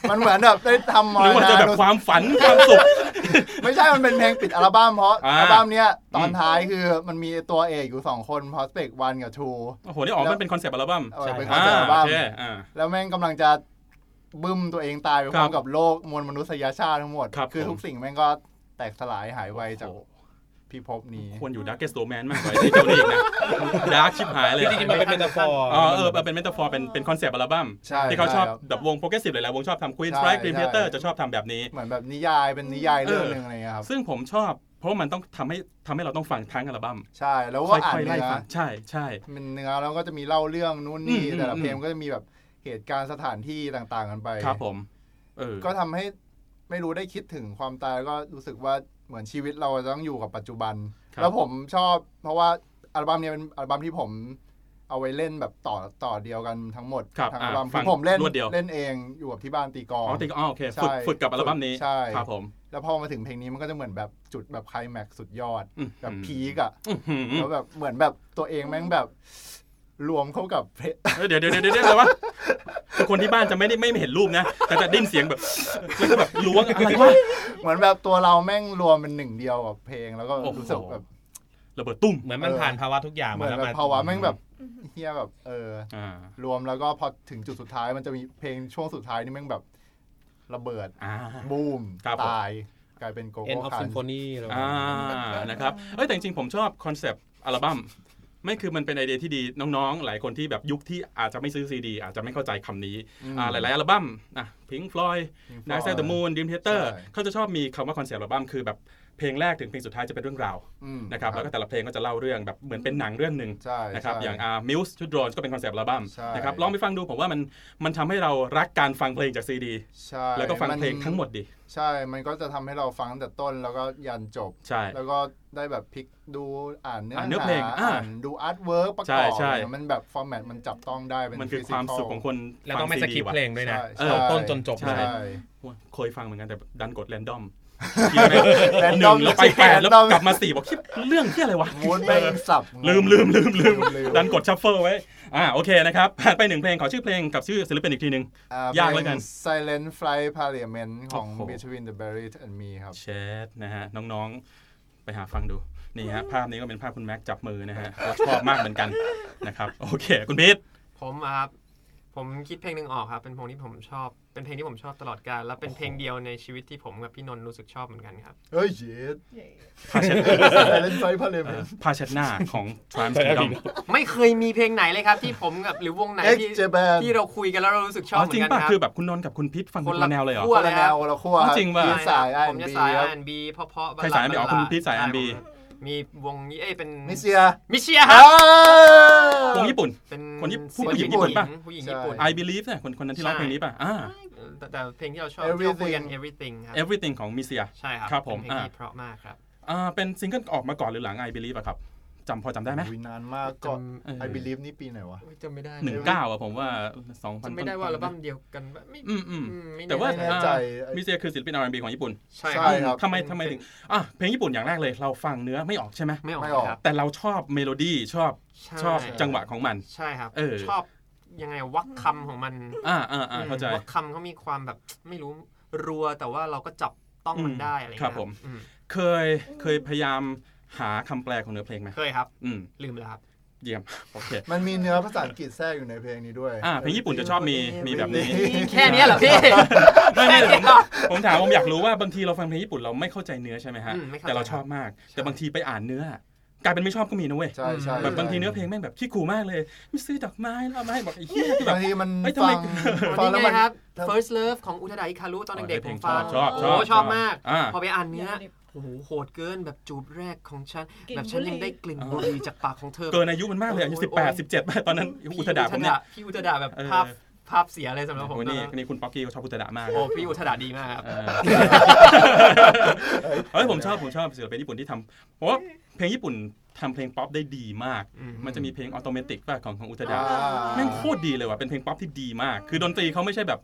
Speaker 6: มันเหมือนแบบได้ทำม
Speaker 2: นึ
Speaker 6: ร
Speaker 2: กว่า
Speaker 6: ณา
Speaker 2: จะแบบ
Speaker 6: นุ
Speaker 2: ความฝั นความสุข
Speaker 6: ไม่ใช่มันเป็นเพลงปิดอัลบั้มเพราะ
Speaker 2: อ่า
Speaker 6: อัลบั้มเนี้ยตอนท้ายคือมันมีตัวเอกอยู่สองคนพอสเปกวันกับทู
Speaker 2: โอ้โหนี่ออกมันเป็นคอนเซปต์อัลบั้ม
Speaker 6: เอาไว้เป็นคอน
Speaker 2: อ่า
Speaker 6: เสิร์ตอัล
Speaker 2: โอ
Speaker 6: บั้ม
Speaker 2: เคอ่า
Speaker 6: แล้วแม่งกำลังจะบึ้มตัวเองตายไปพร้
Speaker 2: ค
Speaker 6: อม
Speaker 2: รับ
Speaker 6: กับโลกมวลมนุษยชาติทั้งหมด
Speaker 2: ครับ
Speaker 6: อ
Speaker 2: ผม
Speaker 6: ทุกสิ่งแม่งก็แตกสลายหายไปจาก
Speaker 2: โอ้โห
Speaker 6: พิภพนี้
Speaker 2: ควรอยู่ดาร์ก s ก o โ a แมนมากกว่าที่เจ้านี่อีกนะดาร์กชิบหายเลย
Speaker 4: จริงๆมันเป็นเมตาฟอร์
Speaker 2: อ๋อเออเป็นเมตาฟอร์เป็นเป็นคอนเซปต์อัลบั้ม
Speaker 6: ใช่
Speaker 2: ที่เขาชอบ
Speaker 6: ใครับ
Speaker 2: แบบวงโปรเกรสซีฟหลายๆวงชอบทำควีนส
Speaker 6: ใช่
Speaker 2: ไตร์กรีน
Speaker 6: ใช่
Speaker 2: เพเตอร์จะชอบทำแบบนี้
Speaker 6: เหมือนแบบนิยายเป็นนิยายเรื่องหนึ่งอะไรเงี้ยครับ
Speaker 2: ซึ่งผมชอบ เพราะมันต้องทำให้ทำให้เราต้องฟังทั้งอัลบั้ม
Speaker 6: ใช่แล้วก็
Speaker 2: ค่
Speaker 6: อ่าน
Speaker 2: อยๆ
Speaker 6: เนื้
Speaker 2: ไล่
Speaker 6: อ
Speaker 2: ฟังใช่ใช่
Speaker 6: มันเนื้อแล้วก็จะมีเล่าเรื่องนู่นนี่
Speaker 2: อืม
Speaker 6: แต่ละ
Speaker 2: อืม
Speaker 6: เพลงก็จะมีแบบเหตุการณ์สถานที่ต่างๆกันไป
Speaker 2: ครับผมเออ
Speaker 6: ก็ทำให้ไม่รู้ได้คิดถึงความตายแล้วก็รู้สึกว่าเหมือนชีวิตเราจะต้องอยู่กับปัจจุบัน
Speaker 2: ครับ
Speaker 6: แล้วผมชอบ เพราะว่าอัลบั้มเนี้เป็นอัลบั้มที่ผมเอาไว้เล่นแบบต่อต่อเดียวกันทั้งหมด
Speaker 2: ครับ
Speaker 6: ทั้ง
Speaker 2: อ่ะ
Speaker 6: อัลบั้ม
Speaker 2: ฟัง
Speaker 6: คือผมเล่น
Speaker 2: รวดเดียว
Speaker 6: เล่นเองอยู่กับที่บ้านตีกลอง
Speaker 2: อ๋อติกอ๋อโอเค
Speaker 6: ใช่
Speaker 2: ฝึกฝึกกับอัลบั้มนี้
Speaker 6: ใช่
Speaker 2: ครับผม
Speaker 6: แล้วพอมาถึงเพลงนี้มันก็จะเหมือนแบบจุดแบบไคลแม็กซ์สุดยอด
Speaker 2: อื้อ
Speaker 6: แบบ
Speaker 2: หื
Speaker 6: พี
Speaker 2: อก
Speaker 6: อะ
Speaker 2: อื้อหือ
Speaker 6: แล้วแบบเหมือนแบบตัวเองแม่งแบบรวมเข้ากับเพลง
Speaker 2: เออเดี๋ยวเดี๋ยวเดี๋ยวเดี๋ยวแต่ว่าคนที่บ้านจะไม่ได้ไม่เห็นรูปนะ แต่จะดิ้นเสียงแบบแล้วก็แบบล้วงอะไรวะ
Speaker 6: เหมือนแบบตัวเราแม่งรวมเป็นหนึ่งเดียวกับเพลงแล้วก็
Speaker 2: โอ้โห
Speaker 6: รู้สึกแบบ
Speaker 2: ระเบิดตุ้ม
Speaker 4: เหมือนมันผ่านภาวะทุกอย่าง
Speaker 6: เหมื
Speaker 4: มา
Speaker 6: อน
Speaker 4: แล้ว
Speaker 6: แบ
Speaker 4: มั
Speaker 6: บ
Speaker 4: น
Speaker 6: ภาวะแม่งแบบเฮียแบบเออ
Speaker 2: อ่าร
Speaker 6: วมแล้วก็พอถึงจุดสุดท้ายมันจะมีเพลงช่วงสุดท้ายนี่แม่งแบบระเบิด
Speaker 2: อ่า
Speaker 6: บูม
Speaker 2: ครับผม
Speaker 6: ตาย กลายเป็นโก
Speaker 4: เอ็นอ
Speaker 6: โก้
Speaker 4: อฟ
Speaker 6: คั
Speaker 4: ซิ
Speaker 6: น
Speaker 4: มโฟนีอะไรแบบ
Speaker 2: อ่า
Speaker 4: นี้
Speaker 2: นะครับเอ้ยแต่จริงๆผมชอบคอนเซปต์อัลบั้มไม่คือมันเป็นไอเดียที่ดีน้องๆ หลายคนที่แบบยุคที่อาจจะไม่ซื้อซีดีอาจจะไม่เข้าใจคำนี้
Speaker 6: อืม
Speaker 2: อ่าหลายๆอัลบั้มอ่ะพิงฟลอย
Speaker 6: Pink
Speaker 2: นักแซ
Speaker 6: Floyd
Speaker 2: ดมูนดีมเทเตอร์
Speaker 6: ใช่
Speaker 2: เขาจะชอบมีคำว่าคอนเซปต์อัลบั้มคือแบบเพลงแรกถึงเพลงสุดท้ายจะเป็นเรื่องราว
Speaker 6: อืม
Speaker 2: นะครับแล้วก็แต่ละเพลงก็จะเล่าเรื่องแบบเหมือนเป็นหนังเรื่องหนึ่ง
Speaker 6: ใช่
Speaker 2: นะครับ
Speaker 6: ใช่
Speaker 2: อย่างอ่ามิวส์ชุดโดรนก็เป็นคอนเซปต์อัลบั้ม
Speaker 6: ใช่
Speaker 2: นะครับลองไปฟังดูผมว่ามันมันทำให้เรารักการฟังเพลงจากซีดี
Speaker 6: ใช่
Speaker 2: แล้วก็ฟังเพลงทั้งหมดดิ
Speaker 6: ใช่ มันก็จะทำให้เราฟังตั้งแต่ต้นแล้วก็ยันจบ
Speaker 2: ใช่
Speaker 6: แล้วก็ได้แบบพลิกดูอ่านเนื้
Speaker 2: อ่านเนื้อเพลง
Speaker 6: หา
Speaker 2: อ่า
Speaker 6: อ่านดูอาร์ตเวิร์กประกอบ
Speaker 2: ใช่ใช่
Speaker 6: เนี่ยมันแบบฟอร์แมตมันจับต้องได้เป็น
Speaker 2: มันคือความ
Speaker 6: physical
Speaker 2: สุขของคน
Speaker 4: แล้วต้อง
Speaker 2: ฟั
Speaker 4: ไม่
Speaker 2: ง
Speaker 4: ส
Speaker 2: CD
Speaker 4: กิป
Speaker 2: ว่ะ
Speaker 4: เพลงด้วยนะ
Speaker 6: ใช่
Speaker 4: เอาต้นจนจบ
Speaker 2: ใช่
Speaker 4: เลย
Speaker 6: ใช่
Speaker 2: เคยฟังเหมือนกันแต่ดันกด แรนด อมทีแม่ง
Speaker 6: แรน
Speaker 2: ห
Speaker 6: ดอ
Speaker 2: นึ่ง
Speaker 6: ม
Speaker 2: แล้วไปแปดแล้ว
Speaker 6: แรนดอม
Speaker 2: กลับมาสี่บอกคิดเรื่องที่อะไรวะ
Speaker 6: มูดแม่งสับงง
Speaker 2: ลืมลืมลืมลืม
Speaker 6: ลืม
Speaker 2: ดันกดชัฟเฟิลไว้ อ่าโอเคนะครับ ผ่านไปหนึ่งเพลงขอชื่อเพลงกับชื่อศิลปินอีกทีหนึ่ง
Speaker 6: อ่
Speaker 2: ยากแล้วกัน
Speaker 6: เพง Silent Flight Parliament ของ
Speaker 2: โอ้โห
Speaker 6: Between the Buried and Me ครับ
Speaker 2: เชดนะฮะ น้องๆ ไปหาฟังดู นี่ฮะ ภาพนี้ก็เป็นภาพคุณแม็กจับมือนะฮะชอบมากเหมือนกันนะครับ โอเค คุณพีท
Speaker 3: ผมอะครับ ผมคิดเพลงหนึ่งออกครับ เป็นเพลงที่ผมชอบ เป็นเพลงที่ผมชอบตลอดกาล และเป็นเพลงเดียวในชีวิตที่ผมกับพี่นนท์รู้สึกชอบเหมือนกันครับ
Speaker 6: เฮ้ยเย็ด
Speaker 2: ผ้าเช็ด
Speaker 6: Silent Flight
Speaker 2: เอ่อ
Speaker 6: Parliament
Speaker 2: ผ้าเช็ดหน้าของ Trans Kingdom
Speaker 3: ไม่เคยมีเพลงไหนเลยครับ ที่ผมกับหรือวงไหน
Speaker 6: เอ็ก
Speaker 3: ที่
Speaker 6: เจแบน
Speaker 3: ที่เราคุยกันแล้วเรารู้สึกชอ
Speaker 2: อ๋
Speaker 3: บ
Speaker 2: อ
Speaker 3: เหมือ
Speaker 2: จริง
Speaker 3: นกัน
Speaker 2: ป่ะ
Speaker 3: ครับ
Speaker 2: คือแบบคุณนนท์กับคุณพีทฟัง
Speaker 3: คน
Speaker 2: ค
Speaker 3: ละ
Speaker 2: นละแนวเลยเหรอ
Speaker 3: ขั้ว
Speaker 6: คนละแนวคนละขั้ว
Speaker 2: อ๋อจริงป่ะ
Speaker 6: พี่สาย
Speaker 3: ใช่ครับผมจะ
Speaker 6: R&B
Speaker 3: สาย
Speaker 6: ครับ
Speaker 3: R&B เพราะเพราะ
Speaker 2: ใครสาย R&B อ๋อคุณพีทสาย R&B
Speaker 3: มีวงนี้เอ้ยเป็น
Speaker 6: นิเซีย
Speaker 3: มิเชียครับ
Speaker 2: วงญี่ปุ่น
Speaker 3: เป็น
Speaker 2: คนญี่ปุ่น
Speaker 3: ศิลปิ
Speaker 2: ญี่ปุ่นป่ะ
Speaker 3: ผู้หญิงญี่ปุ่น
Speaker 2: I believe เนี่ยคนคนนั้นที่ร้องเพลงนี้ป่ะอ่า
Speaker 3: แต่แต่เพลงที่เราชอบที่เราคุยกัน everything ครับ
Speaker 2: Everything ของมิเซีย
Speaker 3: ใช่ครับ
Speaker 2: ครับผม
Speaker 3: เป็นเพลง
Speaker 2: อ่า
Speaker 3: ที่เพราะมากครับ
Speaker 2: อ่าเป็นซิงเกิลออกมาก่อนหรือหลัง I Believe อะครับจำพอจำได้ไหม
Speaker 6: อุ๊ยนานมากก็
Speaker 2: เออ
Speaker 6: I believe นี่ปีไหนวะ
Speaker 3: จำไม่ได้
Speaker 2: หนึ่งเก้าอะผมว่าสองพัน
Speaker 3: จำไม่ได้ว่าอัลบั้มเดียวกันปะไม่
Speaker 2: อืมอืม
Speaker 3: อืมไม่น่
Speaker 2: แต่ว่า
Speaker 6: ไม่แน่ใจ
Speaker 2: อ่ามิเซียคือศิลปิน R&B ของญี่ปุ่น
Speaker 3: ใช่
Speaker 6: ใช่
Speaker 3: ค
Speaker 6: ครับ รับ
Speaker 2: ทำไมทำไมถึงอ่ะเพลงญี่ปุ่นอย่างแรกเลย เราฟังเนื้อไม่ออกใช่ไหม
Speaker 3: ไม่ออก
Speaker 6: ไม่ออก
Speaker 3: ครับ
Speaker 2: แต่เราชอบเมโลดี้ชอบ
Speaker 3: ใช่
Speaker 2: ชอบจังหวะของมัน
Speaker 3: ใช่ครับ
Speaker 2: เออ
Speaker 3: ชอบยังไงวักคำของมัน
Speaker 2: อ่าอ่าอ่าเข้าใจ
Speaker 3: วักคำเขามีความแบบไม่รู้รัวแต่ว่าเราก็จับต้องมันได้อะไรอย่าง
Speaker 2: ครั
Speaker 3: เงี้
Speaker 2: บ
Speaker 3: ย
Speaker 2: ผม
Speaker 3: อื
Speaker 2: เคยเคยพยายามหาคำแปลของเนื้อเพลงไหม
Speaker 3: เคยครับ
Speaker 2: อืม
Speaker 3: ลืมแล้วครับ
Speaker 2: เยี่ยม โอเค
Speaker 6: มันมีเนื้อภาษาอังกฤษแทรกอยู่ในเพลงนี้ด้วย
Speaker 2: อ่าเพลงญี่ปุ่นจะชอบมีมีแบบนี้
Speaker 3: แค่เนี้ยเหรอพี่
Speaker 2: ไม่ ไม่ผม
Speaker 3: แค่เนี้ยเหรอ
Speaker 2: ผมถามผมอยากรู้ว่าบางทีเราฟังเพลงญี่ปุ่นเราไม่เข้าใจเนื้อใช่ไหมฮะ
Speaker 3: อืมไม่เข้าใจ
Speaker 2: แต่เราชอบมาก แต่บางทีไปอ่านเนื้อ กลายเป็นไม่ชอบก็มีนะเว้ย
Speaker 6: ใช่ใช่
Speaker 2: แบบบางทีเนื้อเพลงแม่งแบบขี้ขู่มากเลยไม่ซื้อดอกไม้แล้วเอามาให้บอกไอ้เหี้ยคือแบบ
Speaker 6: า
Speaker 2: บ
Speaker 6: งทีมัน
Speaker 2: เอ้ยทำไม
Speaker 6: ฟังฟังแล้ว
Speaker 3: นี่ไง
Speaker 6: มัน
Speaker 3: ครับ
Speaker 6: ทำ
Speaker 3: first love ของอุทาดาฮิคารุตอนเด็กๆผมฟัง
Speaker 2: ชอบชอบ
Speaker 3: โอ้ชอบมาก
Speaker 2: อ่า
Speaker 3: พอไปอ่านเนี้ย โอ้โหโหดเกินแบบจูบแรกของฉัน
Speaker 5: กลิ่น
Speaker 3: แบบฉันยังได้กลิ่นบุหรี่จากปากของเธอ
Speaker 2: เกินอายุมันมากเลยอายุสิบแปดสิบเจ็ดตอนนั้น
Speaker 3: พี่
Speaker 2: อุตดาผมเนี่ย
Speaker 3: พี่อุตดาแบบ
Speaker 2: เออ
Speaker 3: ภาพภาพเสียเลยสำหรับผม
Speaker 2: โอ้นี่
Speaker 3: ตอนนั้น
Speaker 2: นี่คุณป๊อกกี้เขาชอบอุตดามาก
Speaker 3: โอ้พี่อุตดาดีมากครับ
Speaker 2: เออเฮ้ยผมชอบผมชอบศิลปินญี่ปุ่นที่ทำเพราะว่าเพลงญี่ปุ่นทำเพลงป๊อปได้ดีมาก
Speaker 3: อืม
Speaker 2: มันจะมีเพลงออโตเมติกป่ะของของอุตดา
Speaker 6: อ่า
Speaker 2: แม่งโคตรดีเลยว่ะ เป็นเพลงป๊อปที่ดีมาก คือดนตรีเขาไม่ใช่แบบ